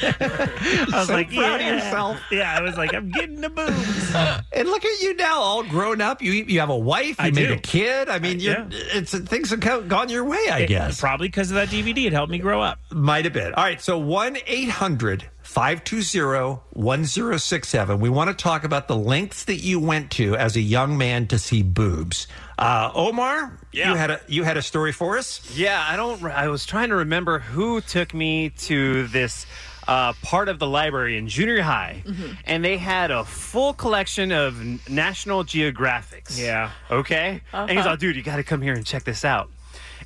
was So like, proud of yeah. yourself. Yeah, I was like, I'm getting the boobs. and look at you now, all grown up. You you have a wife. You I made do. a kid. I mean, you're, it's things have go- gone your way. I It- guess probably because of that DVD. It helped me grow up. Might have been. All right. So 1 800 520 1067. We want to talk about the lengths that you went to as a young man to see boobs. Uh, Omar, you had a you had a story for us? Yeah, I don't. I was trying to remember who took me to this uh, part of the library in junior high, Mm-hmm. Mhm. and they had a full collection of N- National Geographics. Yeah. Okay. And he's Uh-huh. all, dude, you got to come here and check this out.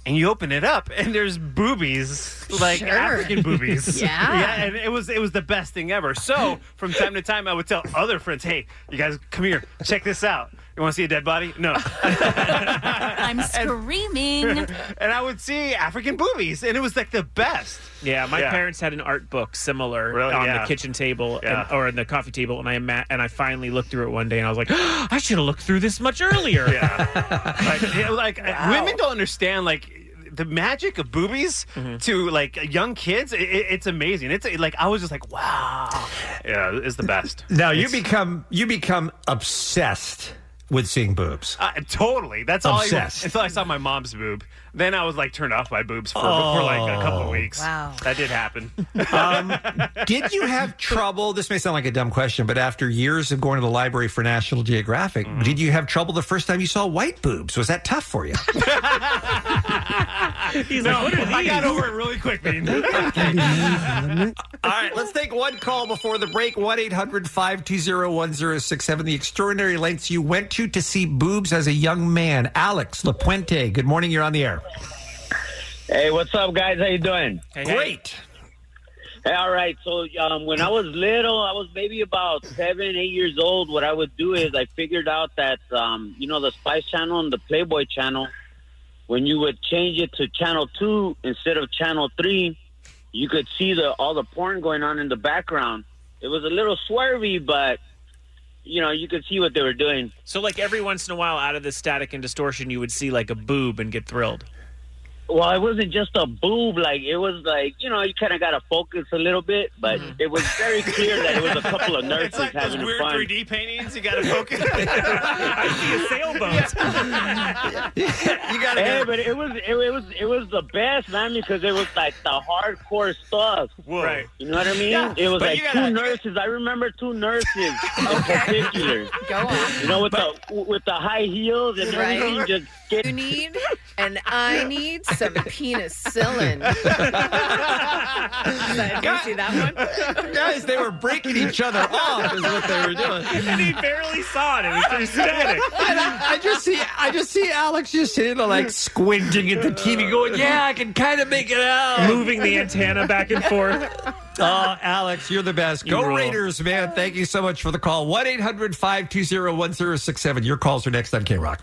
and you open it up and there's boobies like Sure. African boobies. Yeah. yeah, and it was it was the best thing ever. So from time to time, I would tell other friends, "Hey, you guys, come here, check this out. You want to see a dead body? No, Uh, I'm screaming. and I would see African boobies, and it was like the best. Yeah, my Yeah. parents had an art book similar on Yeah. the kitchen table Yeah. and, or in the coffee table, and I ima- and I finally looked through it one day, and I was like, I should have looked through this much earlier. Yeah, like, yeah, like, uh, women don't understand like the magic of boobies Mm-hmm. to like young kids. It, it- it's amazing. It's like I was just like, wow, yeah, it's the best. Now you It's- become you become obsessed with seeing boobs. Uh, totally. That's all. I, Obsessed. until I saw my mom's boob, then I was like turned off by boobs for, for Oh. like a couple of weeks. Wow. that did happen. Did you have trouble? This may sound like a dumb question, but after years of going to the library for National Geographic, did you have trouble the first time you saw white boobs? Was that tough for you? He's no, I got over it really quick, man. All right, let's take one call before the break. 1 800 520 1067. The extraordinary lengths you went to to see boobs as a young man. Alex LaPuente, good morning. You're on the air. Hey, what's up, guys? How you doing? Great. Hey, all right. So um, when I was little, I was maybe about seven, eight years old. What I would do is I figured out that um, you know the Spice Channel and the Playboy Channel. When you would change it to Channel Two instead of Channel Three, you could see the all the porn going on in the background. It was a little swervy, but you know you could see what they were doing. So, like every once in a while, out of the static and distortion, you would see like a boob and get thrilled. Well, it wasn't just a boob. Like it was like you know you kind of got to focus a little bit, but it was very clear that it was a couple of nurses it's like those having weird fun. 3D paintings. You got to focus. I see a sailboat. you gotta Hey, get- but it was it, was it was the best, man, because it was like the hardcore stuff. Right. You know what I mean? Yeah, It was but like you gotta- two nurses. I remember two nurses in particular. Go on. You know, with the with the high heels and Right. everything, just get You need, and I need some penicillin. Did you see that one? Guys, they were breaking each other off, is what they were doing. And he barely saw it. It was just static. And I, I just see, I just see Alex just sitting there, like squinting at the TV, going, "Yeah, I can kind of make it out." Moving the antenna back and forth. Oh, Alex, you're the best. You Go rule. Raiders, man! Thank you so much for the call. One 1067 Your calls are next on K Rock.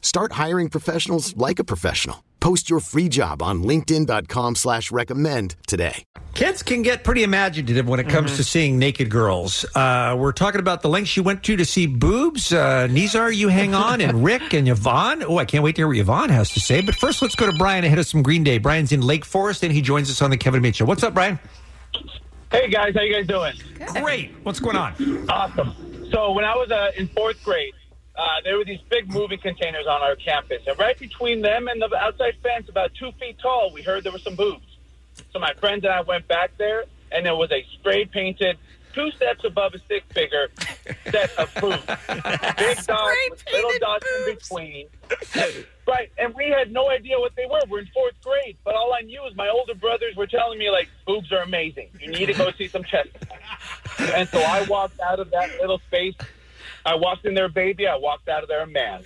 Start hiring professionals like a professional. Post your free job on linkedin.com/recommend slash recommend today. Kids can get pretty imaginative when it comes to seeing naked girls. Uh, we're talking about the lengths you went to to see boobs. Uh, Nizar, you hang on, and Rick and Yvonne. Oh, I can't wait to hear what Yvonne has to say. But first, let's go to Brian ahead of some Green Day. Brian's in Lake Forest, and he joins us on the Kevin Mitchell. What's up, Brian? Hey guys, how you guys doing? Great. What's going on? Awesome. So when I was uh, in fourth grade, uh, there were these big movie containers on our campus, and right between them and the outside fence, about two feet tall, we heard there were some boobs. So my friends and I went back there, and there was a spray painted, two steps above a stick figure, set of boobs. Big dots, with little dots in between. Right, and we had no idea what they were. We're in fourth grade, but all I knew is my older brothers were telling me like boobs are amazing. You need to go see some chest. and so I walked out of that little space. I walked in there, baby. I walked out of there, a man.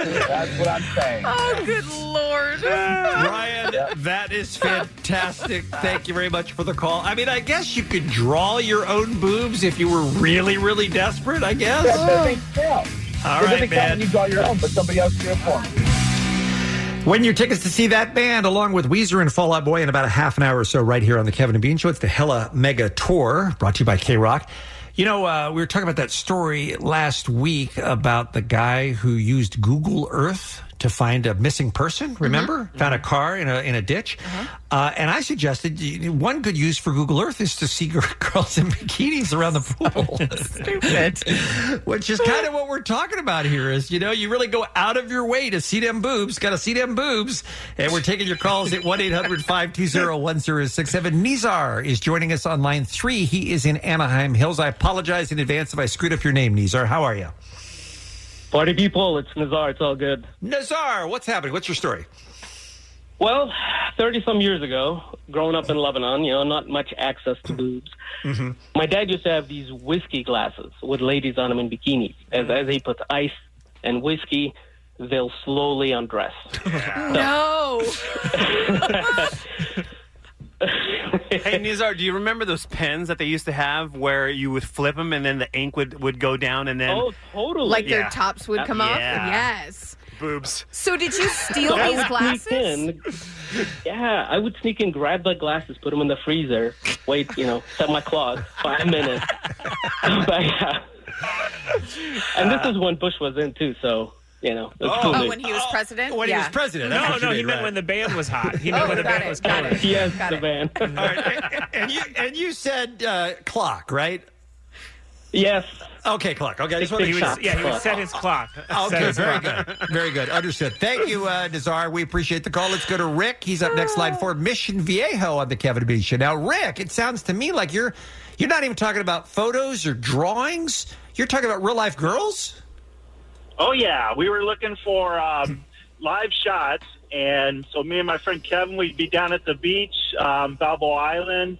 That's what I'm saying. Oh, good lord. Brian, that is fantastic. Thank you very much for the call. I mean, I guess you could draw your own boobs if you were really, really desperate, I guess. That doesn't count. All it right, doesn't count man. when You draw your own, but somebody else drew it for me. Win your tickets to see that band along with Weezer and Fall Out Boy in about a half an hour or so right here on the Kevin and Bean Show. It's the Hella Mega Tour brought to you by K Rock. You know, uh, we were talking about that story last week about the guy who used Google Earth to find a missing person. Remember, found a car in a in a ditch, uh, and I suggested y- one good use for Google Earth is to see gir- girls in bikinis around the pool. Stupid, which is kind of what we're talking about here. Is you know you really go out of your way to see them boobs. Got to see them boobs, and we're taking your calls at one 1067 Nizar is joining us on line three. He is in Anaheim Hills. I apologize in advance if I screwed up your name, Nizar. How are you? Party people, it's Nazar. It's all good. Nazar, what's happening? What's your story? Well, 30 some years ago, growing up in Lebanon, you know, not much access to boobs. Mm-hmm. My dad used to have these whiskey glasses with ladies on them in bikinis. As, as he puts ice and whiskey, they'll slowly undress. No. hey Nizar, do you remember those pens that they used to have where you would flip them and then the ink would, would go down and then Oh, totally. Like Yeah. their tops would come off. Yeah. Yes. boobs? So did you steal I these would glasses? sneak in. Yeah, I would sneak in, grab the glasses, put them in the freezer, wait, you know, set my clock, five minutes. but, yeah. And this is when Bush was in, too, so, you know, it's cool. Oh, when he was president? When he Yeah. was president, that's No, what you no, he mean, meant right. Oh. when the band was hot. He meant when the band was got cold. it. Yes, the van. and you and you said uh, clock, right? Yes. Okay, clock. Okay, I just He want to make would- sure. yeah, he would set his clock. Set Okay, his very clock. good. Very good. Understood. Thank you, uh, Nazar. We appreciate the call. Let's go to Rick. He's up next, line four, Mission Viejo on the Kevin and Bean Show. Now, Rick, it sounds to me like you're you're not even talking about photos or drawings. You're talking about real life girls. Oh yeah, we were looking for um, live shots, and so me and my friend Kevin, we'd be down at the beach, um, Balboa Island,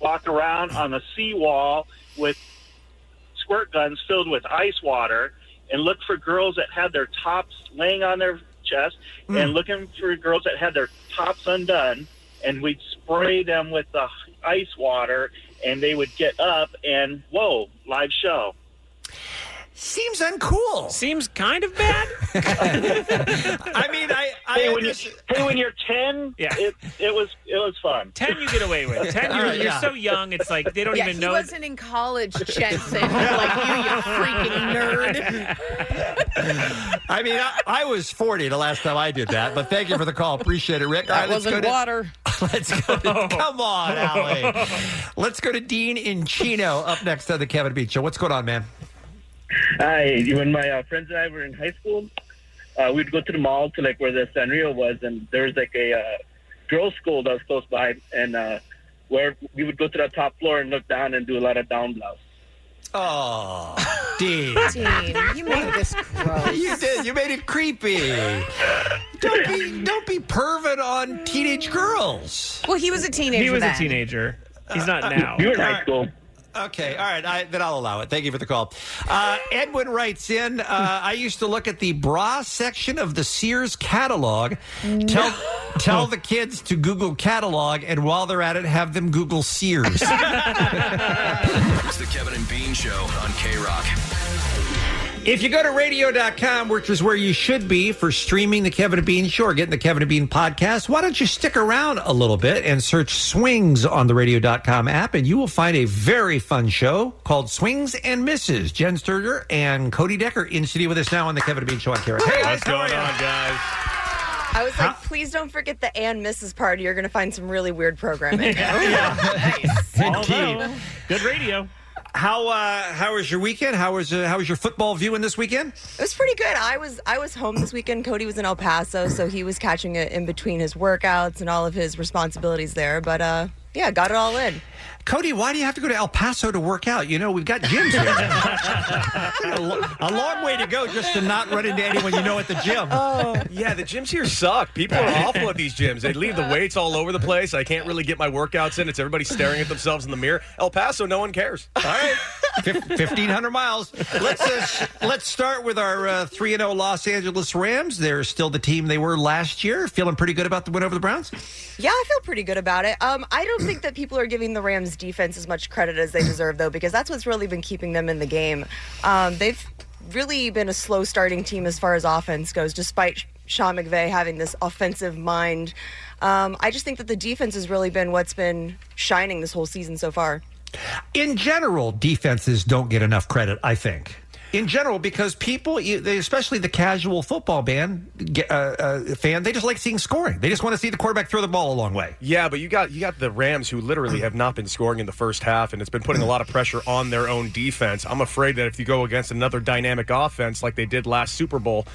walk around on the seawall with squirt guns filled with ice water, and look for girls that had their tops laying on their chest, and looking for girls that had their tops undone, and we'd spray them with the ice water, and they would get up, and whoa, live show. Seems uncool. Seems kind of bad. I mean, I, I hey, when you, hey, when you're ten, Yeah. it, it was it was fun. Ten, you get away with. Ten, you're, you're so young. It's like they don't yeah, even he know. wasn't in college, Jensen. like you, you freaking nerd. I mean, I, I was 40 the last time I did that, but thank you for the call. Appreciate it, Rick. All That right, let's wasn't go to- water. Oh. Let's go. To, come on, Allie. Let's go to Dean in Chino up next on the Kevin Beach Show. What's going on, man? Hi. When my uh, friends and I were in high school, uh, we'd go to the mall to like where the Sanrio was, and there was like a uh, girls' school that was close by, and uh, where we would go to the top floor and look down and do a lot of down blouse. Oh, Dean. Dean, you made this gross. You did. You made it creepy. Don't be don't be pervert on teenage girls. Well, he was a teenager. He was then. a teenager. He's not Uh, uh, now. you were in high school. Okay, all right, I, then I'll allow it. Thank you for the call. Uh, Edwin writes in uh, I used to look at the bra section of the Sears catalog, tell, tell the kids to Google catalog, and while they're at it, have them Google Sears. It's the Kevin and Bean Show on K Rock. If you go to radio.com, which is where you should be for streaming the Kevin and Bean Show or getting the Kevin and Bean podcast, why don't you stick around a little bit and search Swings on the radio.com app, and you will find a very fun show called Swings and Misses. Jen Sturger and Cody Decker in studio with us now on the Kevin and Bean Show on Kara. Hey, guys, What's how are going you? on, guys? I was like, please don't forget the and Mrs. party. You're going to find some really weird programming. Indeed. Good radio. How uh, how was your weekend? How was uh, how was your football viewing this weekend? It was pretty good. I was I was home this weekend. Cody was in El Paso, so he was catching it in between his workouts and all of his responsibilities there. But uh, yeah, got it all in. Cody, why do you have to go to El Paso to work out? You know we've got gyms here. a, lo- a long way to go just to not run into anyone you know at the gym. Oh, yeah, the gyms here suck. People are awful at these gyms. They leave the weights all over the place. I can't really get my workouts in. It's everybody staring at themselves in the mirror. El Paso, no one cares. All right. Fifteen hundred miles. Let's uh, s- let's start with our uh, three and zero Los Angeles Rams. They're still the team they were last year. Feeling pretty good about the win over the Browns. Yeah, I feel pretty good about it. Um, I don't think that people are giving the Rams defense as much credit as they deserve, though, because that's what's really been keeping them in the game. Um, they've really been a slow starting team as far as offense goes, despite Sean McVay having this offensive mind. Um, I just think that the defense has really been what's been shining this whole season so far. In general, defenses don't get enough credit. I think. in general because people, you- they- especially the casual football band ge- uh, uh, fan, they just like seeing scoring. They just want to see the quarterback throw the ball a long way. Yeah, but you got you got the Rams who literally have not been scoring in the first half, and it's been putting a lot of pressure on their own defense. I'm afraid that if you go against another dynamic offense like they did last Super Bowl,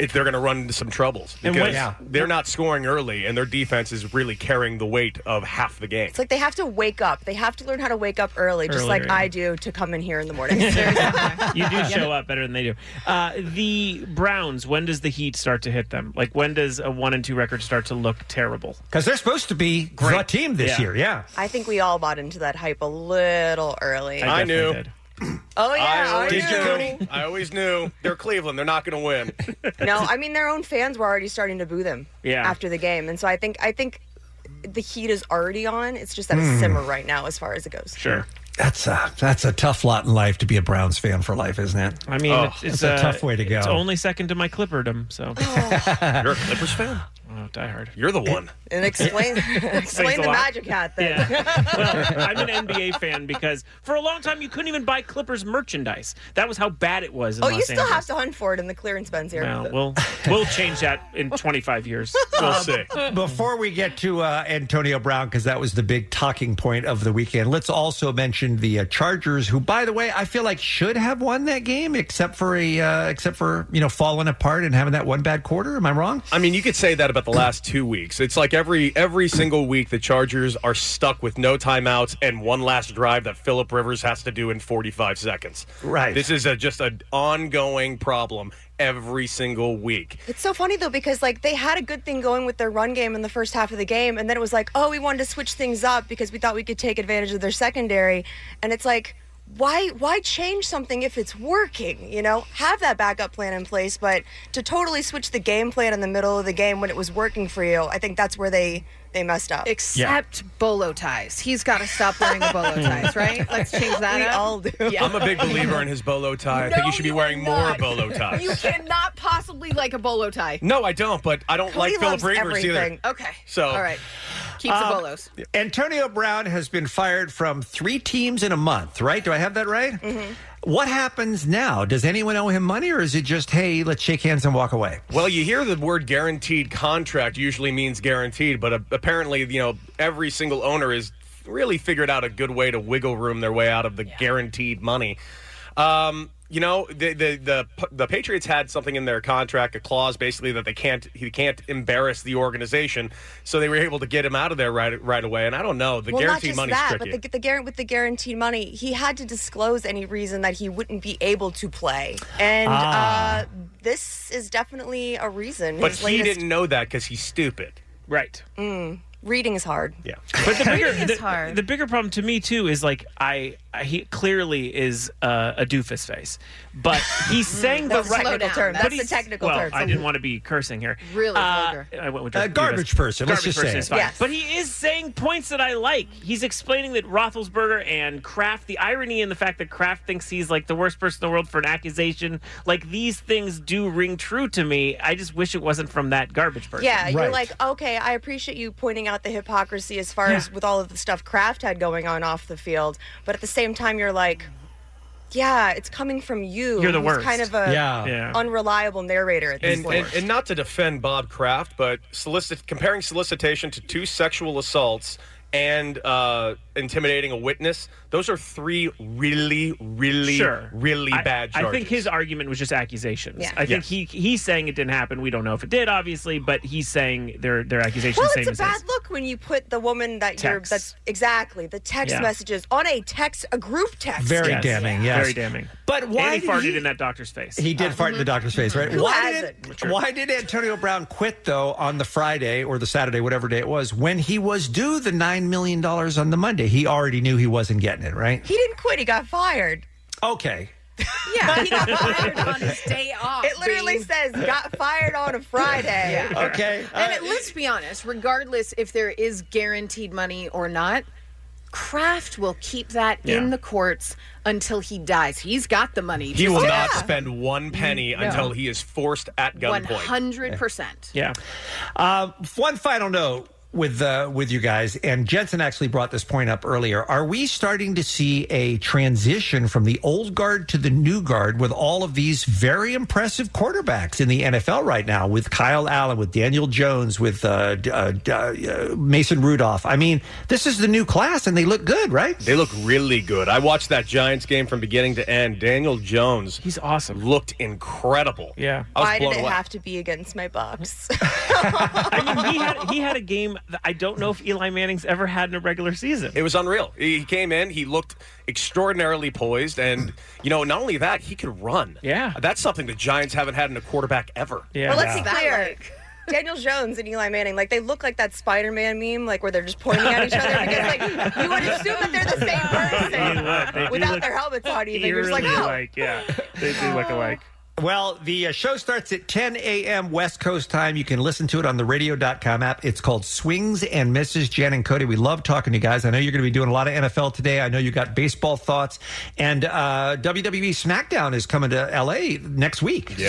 it, they're going to run into some troubles And because what- Yeah. they're not scoring early, and their defense is really carrying the weight of half the game. It's like they have to wake up. They have to learn how to wake up early, just like Earlier. I do to come in here in the morning. you do show up better than they do. Uh, the Browns. When does the heat start to hit them? Like when does a one and two record start to look terrible? Because they're supposed to be the team this Yeah. year. Yeah. I think we all bought into that hype a little early. I, knew. Oh I yeah, I, always knew. knew. I always knew. They're Cleveland. They're not going to win. No, I mean their own fans were already starting to boo them Yeah. after the game, and so I think I think the heat is already on. It's just at a Mm. simmer right now, as far as it goes. Sure. That's a that's a tough lot in life to be a Browns fan for life, isn't it? I Oh. mean, Oh, it's, it's uh, that's a, tough way to go. It's only second to my Clipperdom. So you're a Clippers fan. Oh, die hard. You're the one. And explain Explains explain a the lot. magic hat thing. well, I'm an NBA fan because for a long time you couldn't even buy Clippers merchandise. That was how bad it was. In oh, Los you still Angeles. have to hunt for it in the clearance bins here. Well, we'll we'll change that in 25 years. We'll Um, see. Before we get to uh, Antonio Brown, because that was the big talking point of the weekend, let's also mention the uh, Chargers, who, by the way, I feel like should have won that game, except for a uh, except for you know falling apart and having that one bad quarter. Am I wrong? I mean, you could say that about the last two weeks. It's like every every single week the Chargers are stuck with no timeouts and one last drive that Philip Rivers has to do in 45 seconds. Right. This is a, just an ongoing problem every single week. It's so funny though because like they had a good thing going with their run game in the first half of the game, and then it was like, oh, we wanted to switch things up because we thought we could take advantage of their secondary, and it's like, why why change something if it's working? You know, have that backup plan in place, but to totally switch the game plan in the middle of the game when it was working for you, I think that's where they they messed up. Except bolo ties. He's got to stop wearing the bolo ties, right? Let's change that We up. all do. Yeah. I'm a big believer in his bolo tie. I think you should be wearing more bolo ties. You cannot possibly like a bolo tie. no, I don't, but I don't like Philip Rivers either. Okay. So- all right, keeps the Um, bolos. Antonio Brown has been fired from three teams in a month, right? Do I have that right? Mm-hmm. What happens now? Does anyone owe him money, or is it just hey, let's shake hands and walk away? Well, you hear the word guaranteed contract usually means guaranteed, but uh, apparently, you know, every single owner has really figured out a good way to wiggle room their way out of the guaranteed money. Um, you know, the, the the P- the Patriots had something in their contract, a clause basically that they can't he can't embarrass the organization, so they were able to get him out of there right right away. And I don't know, the well, not guaranteed just money's that, tricky. but the, the guarant- with the guaranteed money, he had to disclose any reason that he wouldn't be able to play, and Ah. uh, this is definitely a reason. but His he latest- didn't know that because he's stupid. Right. Mm, reading is hard. Yeah. But the bigger Reading the, is hard. the bigger problem to me too is like I, I he clearly is uh, a doofus face, but he sang the That's a right technical term. but That's he's- the technical well, term. I didn't want to be cursing here. Really uh, vulgar. I went with Uh, doofus. garbage person, let's Garbage just person say is it. fine. Yes. But he is saying points that I like. He's explaining that Roethlisberger and Kraft, the irony in the fact that Kraft thinks he's like the worst person in the world for an accusation, like these things do ring true to me. I just wish it wasn't from that garbage person. Yeah, you're like, okay, I appreciate you pointing out the hypocrisy as far as with all of the stuff Kraft had going on off the field, but at the same time, you're like, yeah, it's coming from you. You're the who's worst. Kind of a Yeah. Yeah. unreliable narrator at this and, point. and, and not to defend Bob Kraft, but solicit comparing solicitation to two sexual assaults and uh, intimidating a witness, those are three really, really, Sure. really I- bad I charges. think his argument was just accusations. Yeah. I think Yes. he he's saying it didn't happen. We don't know if it did, obviously, but he's saying their their accusations well, same it's a as bad his. look when you put the woman that you're Text. that's exactly the text Yeah. messages on a text, a group text. Very damning, yes. Very damning. But why and he did farted he- in that doctor's face. He did fart in the doctor's face, right? Uh, mm-hmm. Who why hasn't? did why did Antonio Brown quit though on the Friday or the Saturday, whatever day it was, when he was due the nine million dollars on the Monday? He already knew he wasn't getting it, right? He didn't quit. He got fired. Okay. Yeah, he got fired on his day off. It literally Bing. says got fired on a Friday. Yeah. Okay. And it, let's be honest, regardless if there is guaranteed money or not, Kraft will keep that Yeah. in the courts until he dies. He's got the money. he will Just- not spend one penny No. until he is forced at gunpoint. 100%. Yeah. Uh, one final note. with uh, with you guys, and Jensen actually brought this point up earlier. Are we starting to see a transition from the old guard to the new guard with all of these very impressive quarterbacks in the NFL right now? With Kyle Allen, with Daniel Jones, with uh, d- uh, d- uh, Mason Rudolph. I mean, this is the new class, and they look good, right? They look really good. I watched that Giants game from beginning to end. Daniel Jones, he's awesome. Looked incredible. Yeah, I was Why did blown it away. have to be against my Bucks? I mean, he had he had a game that I don't know if Eli Manning's ever had in a regular season. It was unreal. He came in, he looked extraordinarily poised, and you know, not only that, he could run. Yeah, that's something the Giants haven't had in a quarterback ever. well, let's be clear. Daniel Jones and Eli Manning, like they look like that Spider-Man meme, like where they're just pointing at each other because, like, you would assume that they're the same person without their helmets on. Even you're just like, oh, yeah, they do look alike. Well, the uh, show starts at 10 a.m. West Coast time. You can listen to it on the radio.com app. It's called Swings and Misses. Jen and Cody, we love talking to you guys. I know you're going to be doing a lot of NFL today. I know you got baseball thoughts. And uh, WWE SmackDown is coming to L.A. next week. Yes, it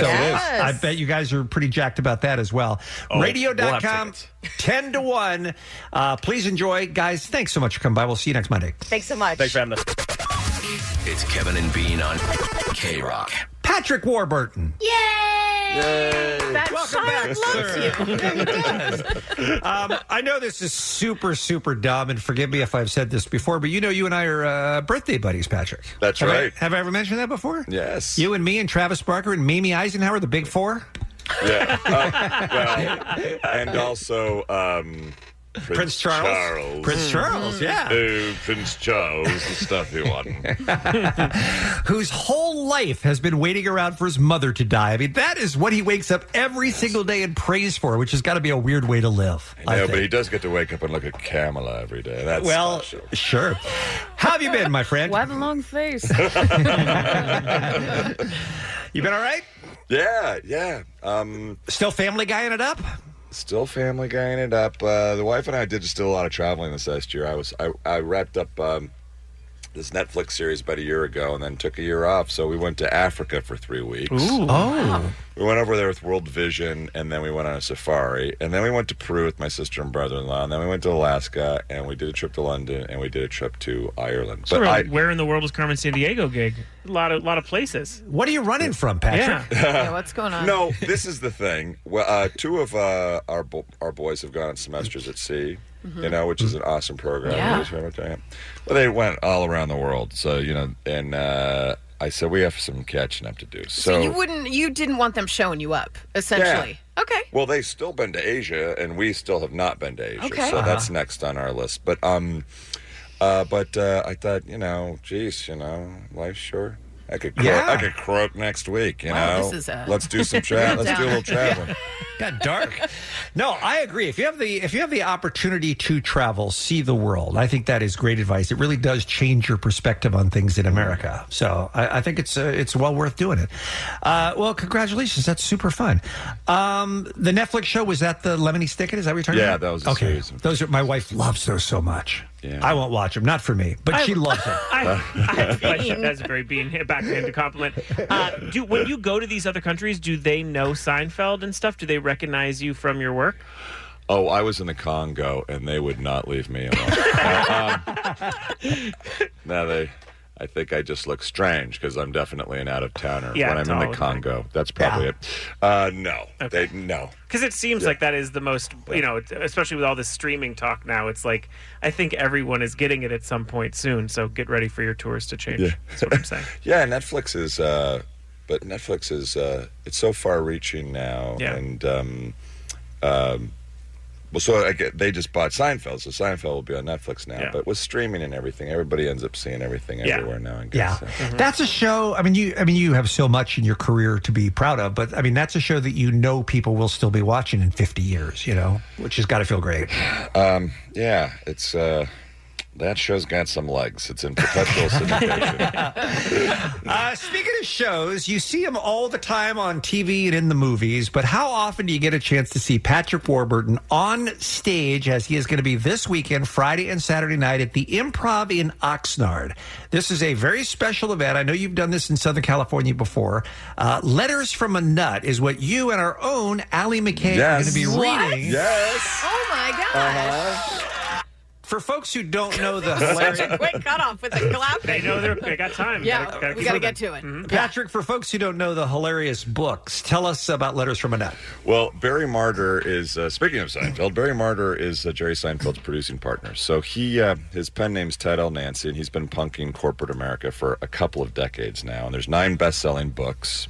is. I bet you guys are pretty jacked about that as well. Oh, we'll have radio.com, 10 to 1. Uh, please enjoy. Guys, thanks so much for coming by. We'll see you next Monday. thanks so much. Thanks for having us. It's Kevin and Bean on K Rock. Patrick Warburton. Yay! That Welcome back, sir. um, I know this is super, super dumb, and forgive me if I've said this before, but you know you and I are uh, birthday buddies, Patrick. That's Have I- right. have I ever mentioned that before? Yes. You and me and Travis Barker and Mimi Eisenhower, the big four? Yeah. Uh, well, and also um, Prince, Charles? Prince Charles, yeah. Oh, Prince Charles, the stuffy one. whose whole life has been waiting around for his mother to die. I mean, that is what he wakes up every single day and prays for, which has got to be a weird way to live. No, I think. but he does get to wake up and look at Kamala every day. That's well, special. sure. How have you been, my friend? Why the long face? You been all right? Yeah, yeah. Um, still family guying it up. Still family guying it up. Uh, the wife and I did still a lot of traveling this last year. I was I, I wrapped up um, this Netflix series about a year ago, and then took a year off. So we went to Africa for three weeks. Ooh. Oh. We went over there with World Vision, and then we went on a safari, and then we went to Peru with my sister and brother-in-law, and then we went to Alaska, and we did a trip to London, and we did a trip to Ireland. So really, where in the world was Carmen San Diego gig? A lot of lot of places. What are you running from, Patrick? Yeah. yeah, what's going on? No, this is the thing. Well, uh, two of uh, our bo- our boys have gone on semesters at sea, you Mhm. know, which is an awesome program. Yeah. It is very much- yeah. Well, they went all around the world, so you know, and uh, I said we have some catching up to do. So, So, you wouldn't, you didn't want them showing you up, essentially. Okay. well, they've still been to Asia, and we still have not been to Asia, Okay. so that's Uh-huh. next on our list. But um, uh, but uh, I thought, you know, geez, you know, life's short. I could croak, I Yeah. could croak next week, you Wow, know. this is a- Let's do some tra- let's do a little Yeah. traveling. Got dark. No, I agree. If you have the if you have the opportunity to travel, see the world. I think that is great advice. It really does change your perspective on things in America. So I, I think it's uh, it's well worth doing it. Uh, well, congratulations. That's super fun. Um, the Netflix show was that the Lemony Snicket? Is that what you're talking Yeah, about? that was a okay. series Those are my wife loves those so much. I won't watch them. Not for me, but I- she loves them. I, I have a question. That's a very being backhanded compliment. Uh, do when you go to these other countries, do they know Seinfeld and stuff? Do they recognize you from your work? Oh, I was in the Congo, and they would not leave me alone. um, now they, I think I just look strange because I'm definitely an out of towner Yeah, when I'm in totally. the Congo. That's probably it. Uh, no, they no. Because it seems like that is the most, you know, especially with all this streaming talk now. It's like I think everyone is getting it at some point soon. So get ready for your tours to change. Yeah. That's what I'm saying. Yeah, Netflix is, uh, but Netflix is uh, it's so far-reaching now, Yeah. and um, um, well, so I get, they just bought Seinfeld, so Seinfeld will be on Netflix now. But with streaming and everything, everybody ends up seeing everything Yeah. everywhere now. I Yeah, guess. Mm-hmm. that's a show. I mean, you. I mean, you have so much in your career to be proud of, but I mean, that's a show that you know people will still be watching in 50 years. You know, which has got to feel great. Um, yeah, it's uh, That show's got some legs. It's in perpetual syndication. Uh, speaking of shows, you see him all the time on TV and in the movies, but how often do you get a chance to see Patrick Warburton on stage as he is going to be this weekend, Friday and Saturday night at the Improv in Oxnard? This is a very special event. I know you've done this in Southern California before. Uh, Letters from a Nut is what you and our own Allie McKay are going to be reading. Oh my gosh. Uh-huh. For folks who don't know the Such hilarious Uh-huh. a quick cutoff with the clapping. They know they're- they got time. Yeah, Gotta- gotta we keep got to moving. Mm-hmm. get to it. Patrick, for folks who don't know the hilarious books, tell us about Letters from a Nut. Well, Barry Martyr is uh, speaking of Seinfeld. Barry Martyr is uh, Jerry Seinfeld's producing partner. So he uh, his pen name's Ted L. Nancy, and he's been punking corporate America for a couple of decades now. And there's nine best selling books.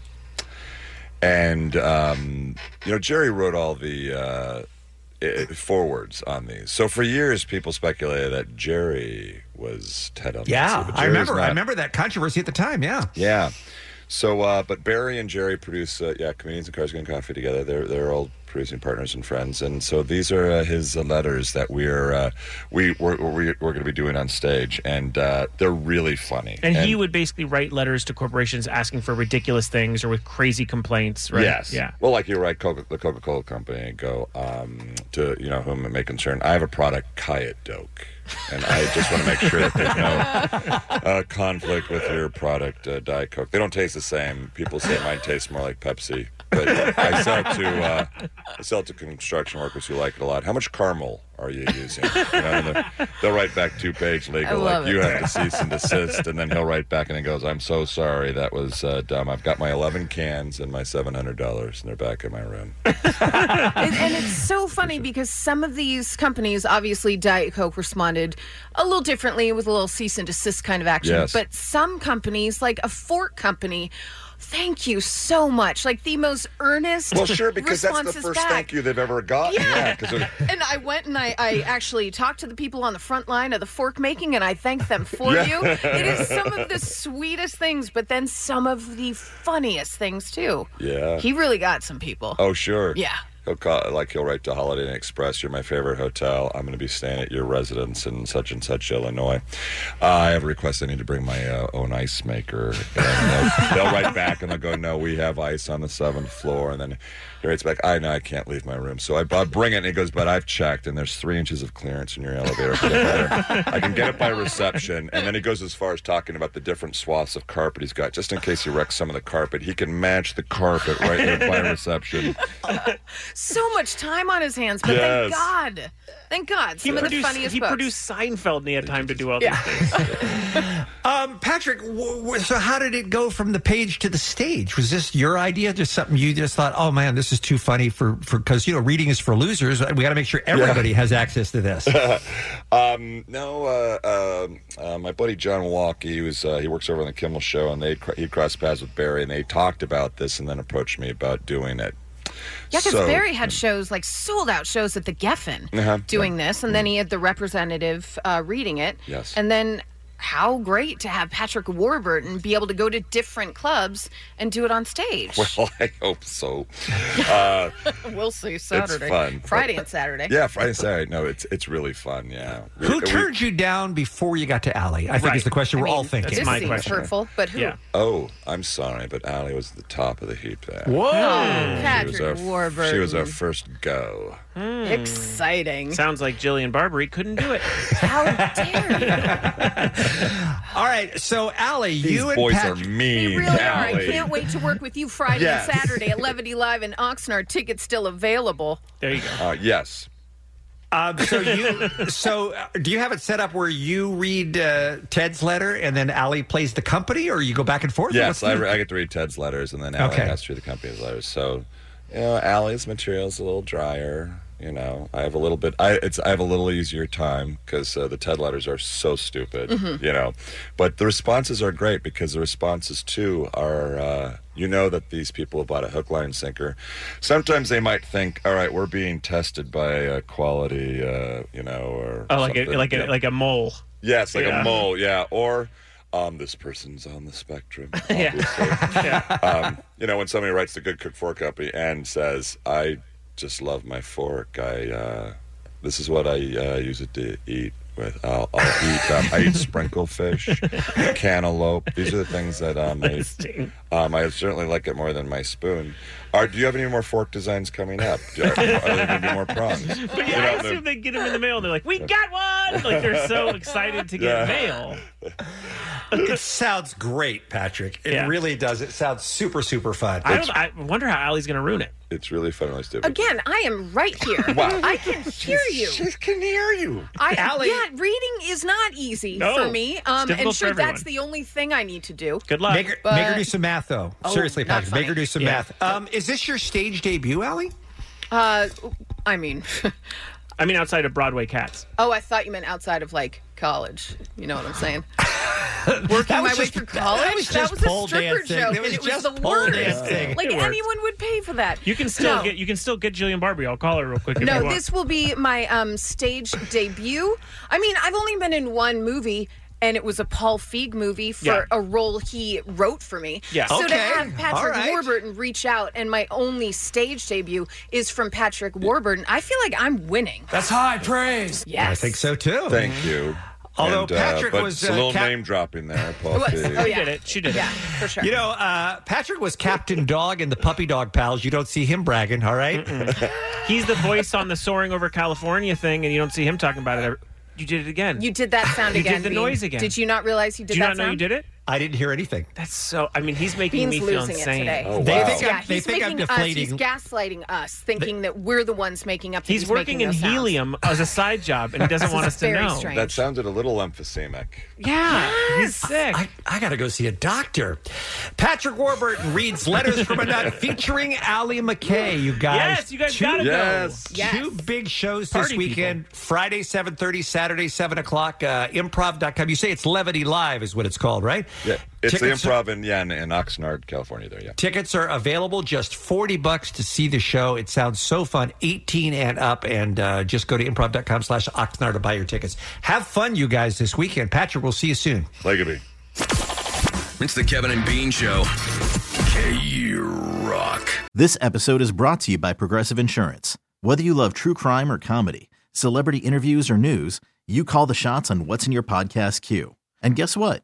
And um, you know Jerry wrote all the uh, i- forwards on these. So for years, people speculated that Jerry was Ted L. Nancy, Yeah, but I Jerry's remember. I not. remember that controversy at the time. Yeah. Yeah. So, uh, but Barry and Jerry produce, uh, yeah, comedians and cars getting coffee together. They're they're all producing partners and friends, and so these are uh, his uh, letters that we're uh, we we're, we're, we're going to be doing on stage, and uh, they're really funny. And, he would basically write letters to corporations asking for ridiculous things or with crazy complaints, right? Yes. Yeah. Well, like you write Coca, the Coca Cola Company and go um, to you know whom it may concern. I have a product, Kayet Doke, and I just want to make sure that there's no uh, conflict with your product, uh, Diet Coke. They don't taste the same. People say mine tastes more like Pepsi, but I sell to uh, I sell to construction workers who like it a lot. How much caramel are you using? You know, and they'll- they'll write back two page I legal love like you it. have to cease and desist, and then he'll write back and he goes, "I'm so sorry, that was uh, dumb. I've got my 11 cans and my $700, and they're back in my room." and, and it's so funny because some of these companies, obviously Diet Coke responded a little differently with a little cease and desist kind of action. Yes. But some companies, like a fork company, thank you so much. Like the most earnest. Well, sure, because that's the responses first back. thank you they've ever gotten. Yeah, because And I went and I, I actually talked to the people on the front line of the fork making and I thanked them for Yeah. you. It is some of the sweetest things, but then some of the funniest things too. yeah. He really got some people. oh, sure. Yeah. He'll call, like he'll write to Holiday Inn Express. You're my favorite hotel. I'm going to be staying at your residence in such and such Illinois. Uh, I have a request. I need to bring my uh, own ice maker. And they'll, they'll write back and they'll go, "No, we have ice on the seventh floor." And then he writes back, "I know I can't leave my room, so I, I bring it." And he goes, "But I've checked, and there's three inches of clearance in your elevator. Get it there. I can get it by reception." And then he goes as far as talking about the different swaths of carpet he's got, just in case he wrecks some of the carpet. He can match the carpet right there by reception. so much time on his hands, but Yes. thank God. Thank God. He Some of the produced- funniest he books. produced Seinfeld and he had time to do all Yeah. these things. Um, Patrick, w- w- so how did it go from the page to the stage? Was this your idea? Just something you just thought, oh man, this is too funny for for because you know reading is for losers. We got to make sure everybody has access to this. um, no, uh, um uh, my buddy John Walk, he was uh, he works over on the Kimmel Show, and they cr- he crossed paths with Barry, and they talked about this, and then approached me about doing it. Yeah, because So- Barry had shows like sold out shows at the Geffen Uh-huh. doing this, and then he had the representative uh, reading it. Yes. And then how great to have Patrick Warburton be able to go to different clubs and do it on stage. Well, I hope so. Uh, we'll see Saturday, fun. Friday, and Saturday. yeah, Friday, Saturday. No, it's it's really fun. Yeah. We- Who we- turned you down before you got to Allie? I think is the question we're all thinking. this seems hurtful, but who? Oh, I'm sorry, but Allie was at the top of the heap there. Whoa. Oh, She was Patrick our, Warburton. She was our first go. Hmm. Exciting. Sounds like Jillian Barbary couldn't do it. All right, so Allie, you and boys Patrick, are mean. Really are. I Allie. can't wait to work with you Friday Yes. and Saturday at Levity Live in Oxnard. Tickets still available. There you go. Uh, yes. Um, so you, so uh, do you have it set up where you read uh, Ted's letter and then Allie plays the company, or you go back and forth? What's Yes, the- I, re- I get to read Ted's letters, and then Allie Okay. has to read the company's letters. So, you know, Allie's material's a little drier. You know, I have a little bit. I it's I have a little easier time because uh, the Ted letters are so stupid. Mhm. You know, but the responses are great because the responses too are. Uh, you know that these people have bought a hook, line, and sinker. Sometimes they might think, "All right, we're being tested by uh, quality," uh, you know, or Oh, like a, something. like a, Yeah. like a mole. Yes, like Yeah. a mole. Yeah, or um, this person's on the spectrum. Yeah. Obviously. um, you know, when somebody writes the Good Cook Fork Company and says, "I just love my fork. I uh, this is what I uh, use it to eat." with. I'll, I'll eat. Um, I eat sprinkle fish, cantaloupe. These are the things that um, I, um, I certainly like it more than my spoon. Are, do you have any more fork designs coming up? Do- Are there going to be more prongs? But yeah, You I know, the- assume they get them in the mail. and They're like, "We got one!" Like they're so excited to get Yeah. mail. it sounds great, Patrick. It Yeah. really does. It sounds super, super fun. I, don't, I wonder how Ali's going to ruin it. It's really fun when I do Again, I am right here. Wow. I can hear you. She can hear you. I, Allie. Yeah, reading is not easy No. for me. It's Um, and difficult sure, for that's everyone. the only thing I need to do. Make her, But- make her do some math, though. Oh, Seriously, not Patrick, make her funny. do some Yeah. math. Um, is this your stage debut, Allie? Uh, I mean, I mean, outside of Broadway Cats. oh, I thought you meant outside of like college. You know what I'm saying? Working my way through college. That was just a pole stripper dancing. joke, That and was it was just the pole worst. dancing. Like It worked. anyone would pay for that. You can still No. get you can still get Jillian Barbie. I'll call her real quick. If you No, want. this will be my um, stage debut. I mean, I've only been in one movie, and it was a Paul Feig movie for Yeah. a role he wrote for me. Yeah. So to Okay. have All Patrick right. Warburton reach out, and my only stage debut is from Patrick Warburton. I feel like I'm winning. That's high praise. Yes. I think so too. Thank Mm-hmm. you. Although And, Patrick but was, it's a uh, little Cap- name dropping there, Paul. It was. Feig. Oh, yeah. She did it. Yeah, for sure. You know, uh, Patrick was Captain Dog in the Puppy Dog Pals. You don't see him bragging, all right? He's the voice on the soaring over California thing, and you don't see him talking about it. ever. You did it again. you did that sound You did again. the Bean. noise again. Did you not realize you did Do you that not know sound? you did it? I didn't hear anything. That's so. I mean, he's making Bean's me feel losing insane. Oh, it today. Oh, They think yeah, I'm, they he's think I'm making deflating. us. He's gaslighting us, thinking that we're the ones making up. That He's, he's working making in those sounds. helium as a side job, and he doesn't This want is us to very know. strange. That sounded a little emphysemic. Yeah, he's sick. I, I got to go see a doctor. Patrick Warburton reads Letters from a Nut featuring Allie McKay, you guys. Yes, you guys gotta go. Yes. Yes. Two big shows Party this weekend. Friday, 7.30, Saturday, 7 o'clock. Uh, improv.com. You say it's Levity Live is what it's called, right? Yeah, it's Tickets- the improv in yeah in, in Oxnard, California. There, yeah. Tickets are available just 40 bucks to see the show. It sounds so fun. 18 and up. And uh, just go to improv.com slash Oxnard to buy your tickets. Have fun, you guys, this weekend. Patrick, we'll see you soon. Legaby. It's the Kevin and Bean Show. K Rock. This episode is brought to you by Progressive Insurance. Whether you love true crime or comedy, celebrity interviews or news, you call the shots on what's in your podcast queue. And guess what?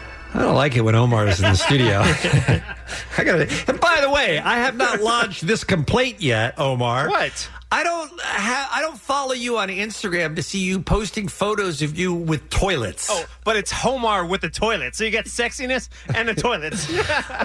I don't like it when Omar is in the studio. I got to And by the way, I have not lodged this complaint yet, Omar. What? I don't ha- I don't follow you on Instagram to see you posting photos of you with toilets. Oh, but it's Homar with the toilet. So you got sexiness and the toilets.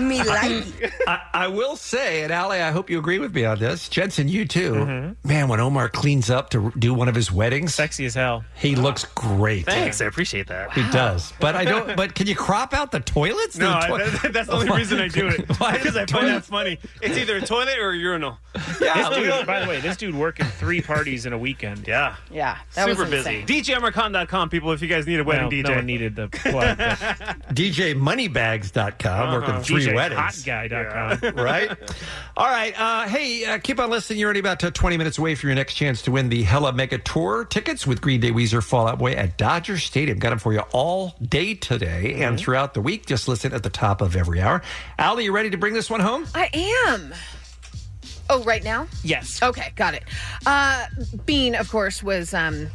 Me like I, I will say, and Ali, I hope you agree with me on this. Jensen, you too. Mm-hmm. Man, when Omar cleans up to do one of his weddings, sexy as hell. He looks great. Thanks, I appreciate that. He does, but I don't. But can you crop out the toilets? No, The I- toi- that- that's the only Oh my reason I do it. God. Why Because I find that's funny. It's either a toilet or a urinal. This dude, by the way, this dude working three parties in a weekend. Yeah. Yeah. Super busy. DJMRcon.com, people, if you guys need a wedding No, DJ. no one needed the plug. DJmoneybags.com working Uh-huh. three DJ weddings. hotguy.com. right? All right. Uh, hey, uh, keep on listening. You're only about uh 20 minutes away from your next chance to win the Hella Mega Tour tickets with Green Day, Weezer, Fallout Boy at Dodger Stadium. Got them for you all day today Mm-hmm. and throughout the week. Just listen at the top of every hour. Allie, you ready to bring this one home? I am. Oh, right now? Yes. Okay, got it. Uh, Bean, of course, was um,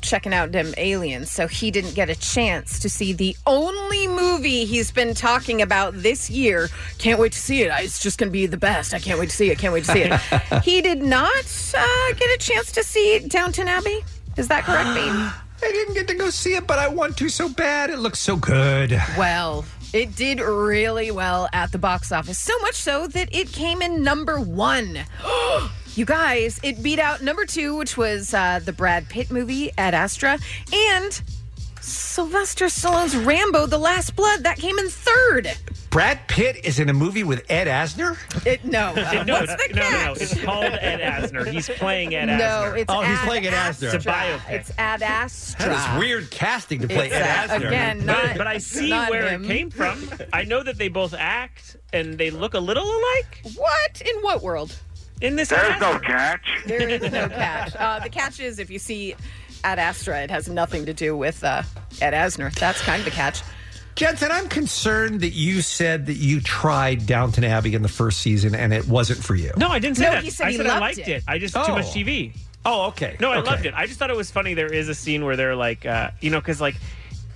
checking out them aliens, so he didn't get a chance to see the only movie he's been talking about this year. Can't wait to see it. I- It's just going to be the best. I can't wait to see it. Can't wait to see it. he did not uh, get a chance to see Downton Abbey. Is that correct, Bean? I didn't get to go see it, but I want to so bad. It looks so good. Well, it did really well at the box office. So much so that it came in number one. You guys, it beat out number two, which was uh, the Brad Pitt movie at Astra, and Sylvester Stallone's Rambo: The Last Blood. That came in third. Brad Pitt is in a movie with Ed Asner? It, no. uh, no, it's- no, no, no. It's called Ed Asner. He's playing Ed Asner. No, it's Oh, he's playing Ed Asner. It's a biopic. It's Ad Astra. That is weird casting to play Ah. It's, Ed uh, Asner. again, but, but I see not where him. it came from. I know that they both act and they look a little alike. What? In what world? In this There's no catch. There is no catch. Uh, the catch is if you see Ad Astra, it has nothing to do with uh, Ed Asner. That's kind of the catch. Jensen, I'm concerned that you said that you tried Downton Abbey in the first season and it wasn't for you. No, I didn't say No, that. he said I he said I loved liked it. it. I just Oh. too much TV. Oh, okay. No, I Okay. loved it. I just thought it was funny. There is a scene where they're like, uh, you know, because like.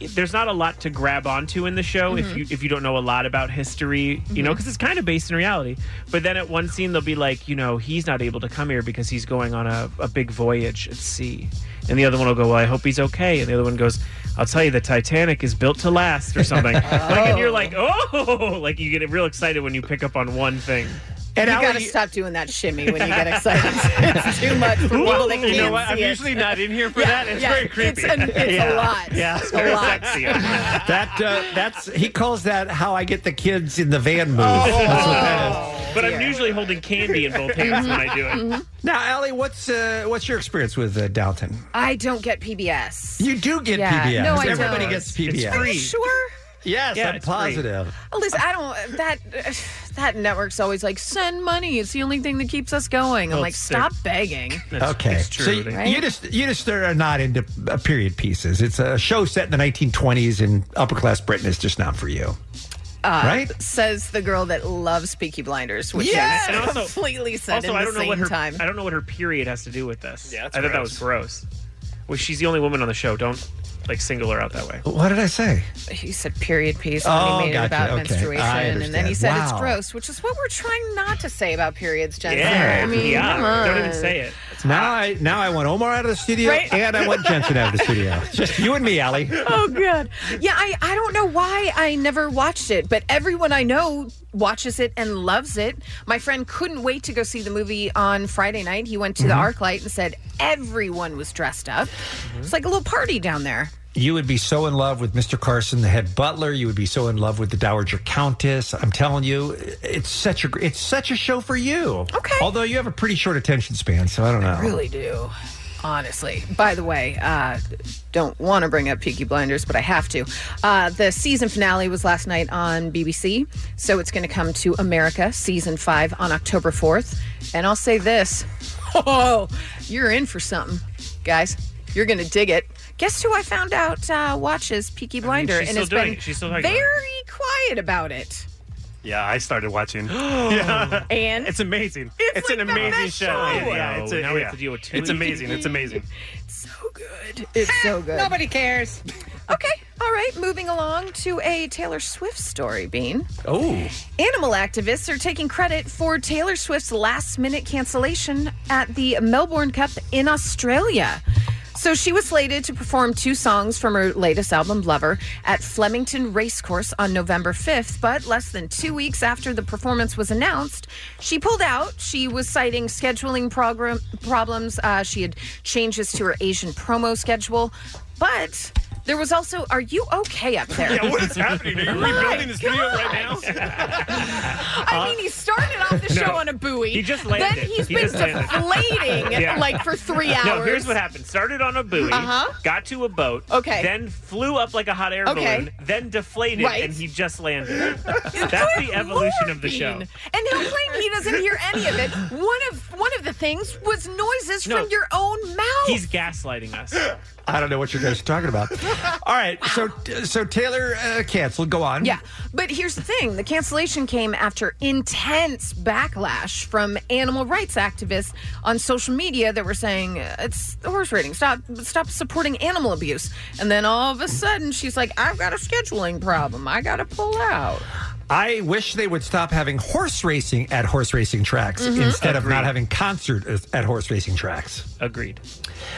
There's not a lot to grab onto in the show if Mm-hmm. Mhm. you if you don't know a lot about history, you know, because it's kind of based in reality. But then at one scene they'll be like, you know, he's not able to come here because he's going on a, a big voyage at sea, and the other one will go, well, I hope he's okay, and the other one goes, I'll tell you, the Titanic is built to last or something. Like, and you're like, oh, like you get real excited when you pick up on one thing. you got to stop doing that shimmy when you get excited. it's too much for people that can't you know what? see I'm it. usually not in here for Yeah, that. It's yeah, very creepy. It's, an, it's a Yeah. lot. Yeah. It's a lot. that uh, that's he calls that how I get the kids in the van move. That's what that is. but I'm usually holding candy in both hands when I do it. Mm-hmm. Now, Allie, what's uh, what's your experience with uh, Downton? I don't get PBS. You do get Yeah, PBS. no, I Everybody don't. gets It's PBS. Are you sure? Yes, Yeah, I'm it's free. positive. Oh, Listen, I don't. That that network's always like send money. It's the only thing that keeps us going. I'm Well, like, it's- stop begging. okay, so you, Right? you just you just are not into uh, period pieces. It's a show set in the 1920s in upper class Britain. It's just not for you. Uh, Right? Says the girl that loves Peaky Blinders, which Yes! is And also- completely said also, in the I don't know same what her time. I don't know what her period has to do with this. Yeah, that's I thought that was gross. Well, she's the only woman on the show. Don't like single her out that way. What did I say? He said period piece when he oh, made it gotcha. about okay. menstruation, I and then he understand. said it's Wow. gross, which is what we're trying not to say about periods, Jensen. Yeah, I mean, yeah. come on. Don't even say it. Now I now I want Omar out of the studio Right? and I want Jensen out of the studio. Just you and me, Allie. oh god yeah I, I don't know why i never watched it but everyone i know watches it and loves it my friend couldn't wait to go see the movie on friday night he went to the Mhm. arc light and said everyone was dressed up it's like a little party down there You would be so in love with Mr. Carson, the head butler. You would be so in love with the Dowager Countess. I'm telling you, it's such a gr- it's such a show for you. Okay. Although you have a pretty short attention span, so I don't know. i really do honestly by the way uh don't want to bring up peaky blinders but i have to uh the season finale was last night on bbc so it's going to come to america season five on october 4th and i'll say this oh you're in for something guys you're going to dig it guess who i found out uh watches peaky blinder and she's still has doing been it. She's still talking about it. very quiet about it Yeah, I started watching. yeah. And it's amazing. It's It's, like an the amazing best show. show. Yeah, yeah, it's a, Now we yeah. have to deal with two It's weeks. amazing. It's amazing. it's so good Nobody cares. okay all right moving along to a taylor swift story bean Oh. Animal activists are taking credit for Taylor Swift's last minute cancellation at the Melbourne Cup in Australia. So she was slated to perform two songs from her latest album, Lover, at Flemington Racecourse on November 5th. But less than two weeks after the performance was announced, she pulled out. She was citing scheduling program- problems. Uh, she had changes to her Asian promo schedule. But there was also, are you okay up there? Yeah, what is happening? Are you My rebuilding the studio right now? Uh, I mean, he started off the No. show on a buoy. He just landed. Then he's He been just landed. deflating Yeah. like for three hours. No, here's what happened. Started on a buoy, Uh-huh. got to a boat, Okay. then flew up like a hot air Okay. balloon, then deflated, Right. and he just landed. That's the evolution of the show. And he'll claim he doesn't hear any of it. One of one of the things was noises No. from your own mouth. He's gaslighting us. I don't know what you guys are talking about. All right, so so Taylor uh, canceled. Go on. Yeah, but here's the thing: the cancellation came after intense backlash from animal rights activists on social media that were saying it's the horse rating. Stop, stop supporting animal abuse. And then all of a sudden, she's like, "I've got a scheduling problem. I got to pull out." I wish they would stop having horse racing at horse racing tracks Mhm. instead of not Mm-hmm. Agreed. having concert at- at horse racing tracks. Agreed.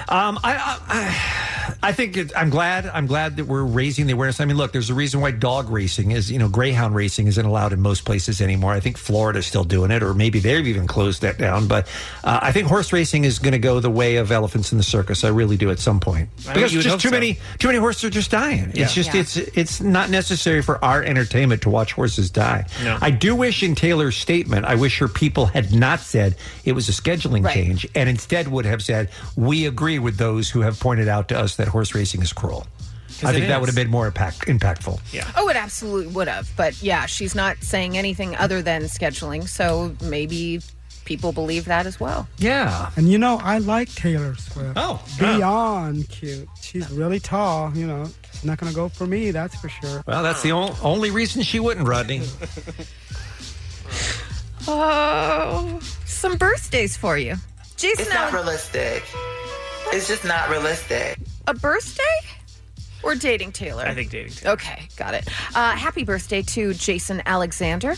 Um, I, I, I- I think it, I'm glad. I'm glad that we're raising the awareness. I mean, look, there's a reason why dog racing is, you know, greyhound racing isn't allowed in most places anymore. I think Florida's still doing it, or maybe they've even closed that down. But uh, I think horse racing is going to go the way of elephants in the circus. I really do at some point I because would just hope too so. many too many horses are just dying. Yeah. It's just Yeah. it's it's not necessary for our entertainment to watch horse horses die. I do wish in Taylor's statement, I wish her people had not said it was a scheduling Right. change and instead would have said, we agree with those who have pointed out to us that horse racing is cruel. 'Cause I it think that is. would have been more impact, impactful. Yeah. Oh, it absolutely would have. But yeah, she's not saying anything other than scheduling. So maybe people believe that as well. Yeah. And you know, I like Taylor Swift. Oh. Beyond cute. She's really tall, you know. She's not going to go for me, that's for sure. Well, that's the on- only reason she wouldn't, Rodney. Oh, some birthdays for you. Jason It's not realistic. It's just not realistic. a birthday or dating Taylor? I think dating. Okay, got it. Uh, happy birthday to Jason Alexander,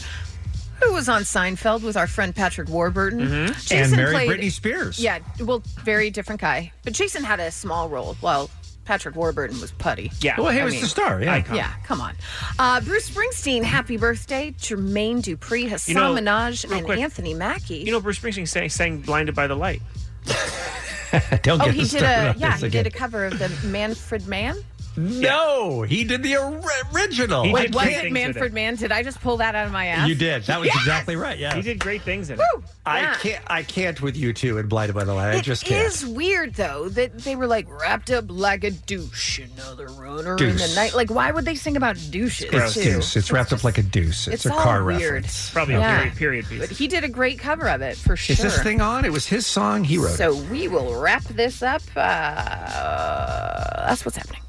who was on Seinfeld with our friend Patrick Warburton. Mhm. Jason And married Britney Spears. Yeah, well, very different guy. But Jason had a small role. Well, Patrick Warburton was putty. Yeah. Well, he I was mean, the star, yeah. Icon. Yeah, come on. Uh, Bruce Springsteen, happy birthday. Jermaine Dupri, Hassan You know, Minaj, real and quick. Anthony Mackie. You know, Bruce Springsteen sang, sang "Blinded by the Light." Don't oh, get he us did started a on yeah, this he again. did a cover of the Manfred Mann. No, he did the or- original. Wait, was it Manfred Mann? Did I just pull that out of my ass? You did. That was Yes! exactly right. Yeah. He did great things in Woo! I Yeah. can't. I can't with you two and blinded by the light. I just It can't. is weird though that they were like wrapped up like a douche, another runner in the Deuce. night. Like, why would they sing about douches? It's too? deuce. It's wrapped up like a deuce. it's It's, a all car weird. reference. Probably a Yeah. period- period But he did a great cover of it for sure. Is this thing on? It was his song. He wrote. So it. we will wrap this up. Uh, that's what's happening.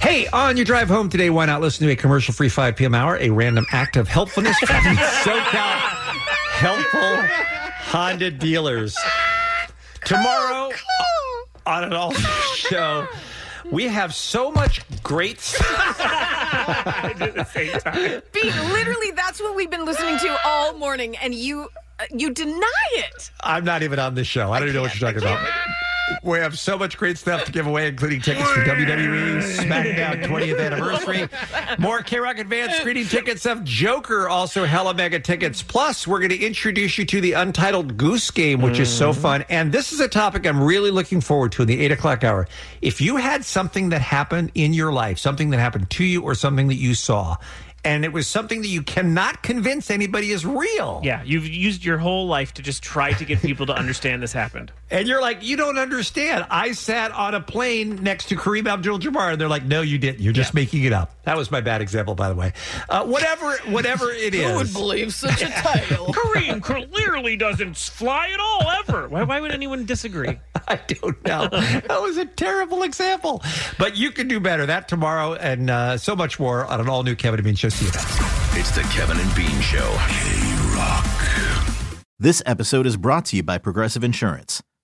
Hey, on your drive home today, why not listen to a commercial-free 5 p.m. hour, a random act of helpfulness from SoCal helpful Honda dealers. Tomorrow Oh, on an all show, we have so much great Be literally, that's what we've been listening to all morning, and you uh, you deny it. I'm not even on this show. I don't even know what you're talking about. We have so much great stuff to give away, including tickets for WWE SmackDown 20th anniversary. More K Rock Advanced screening tickets of Joker, also hella mega tickets. Plus, we're going to introduce you to the Untitled Goose Game, which is so fun. And this is a topic I'm really looking forward to in the eight o'clock hour. If you had something that happened in your life, something that happened to you, or something that you saw, and it was something that you cannot convince anybody is real. Yeah, you've used your whole life to just try to get people to understand this happened. And you're like, you don't understand. I sat on a plane next to Kareem Abdul-Jabbar, and they're like, no, you didn't. You're just making it up. That was my bad example, by the way. Uh, whatever, whatever it is. such a tale? Kareem clearly doesn't fly at all ever. Why, why would anyone disagree? I don't know. That was a terrible example. But you can do better. That tomorrow, and uh, so much more on an all-new Kevin and Bean show. See you then. It's the Kevin and Bean Show. This episode is brought to you by Progressive Insurance.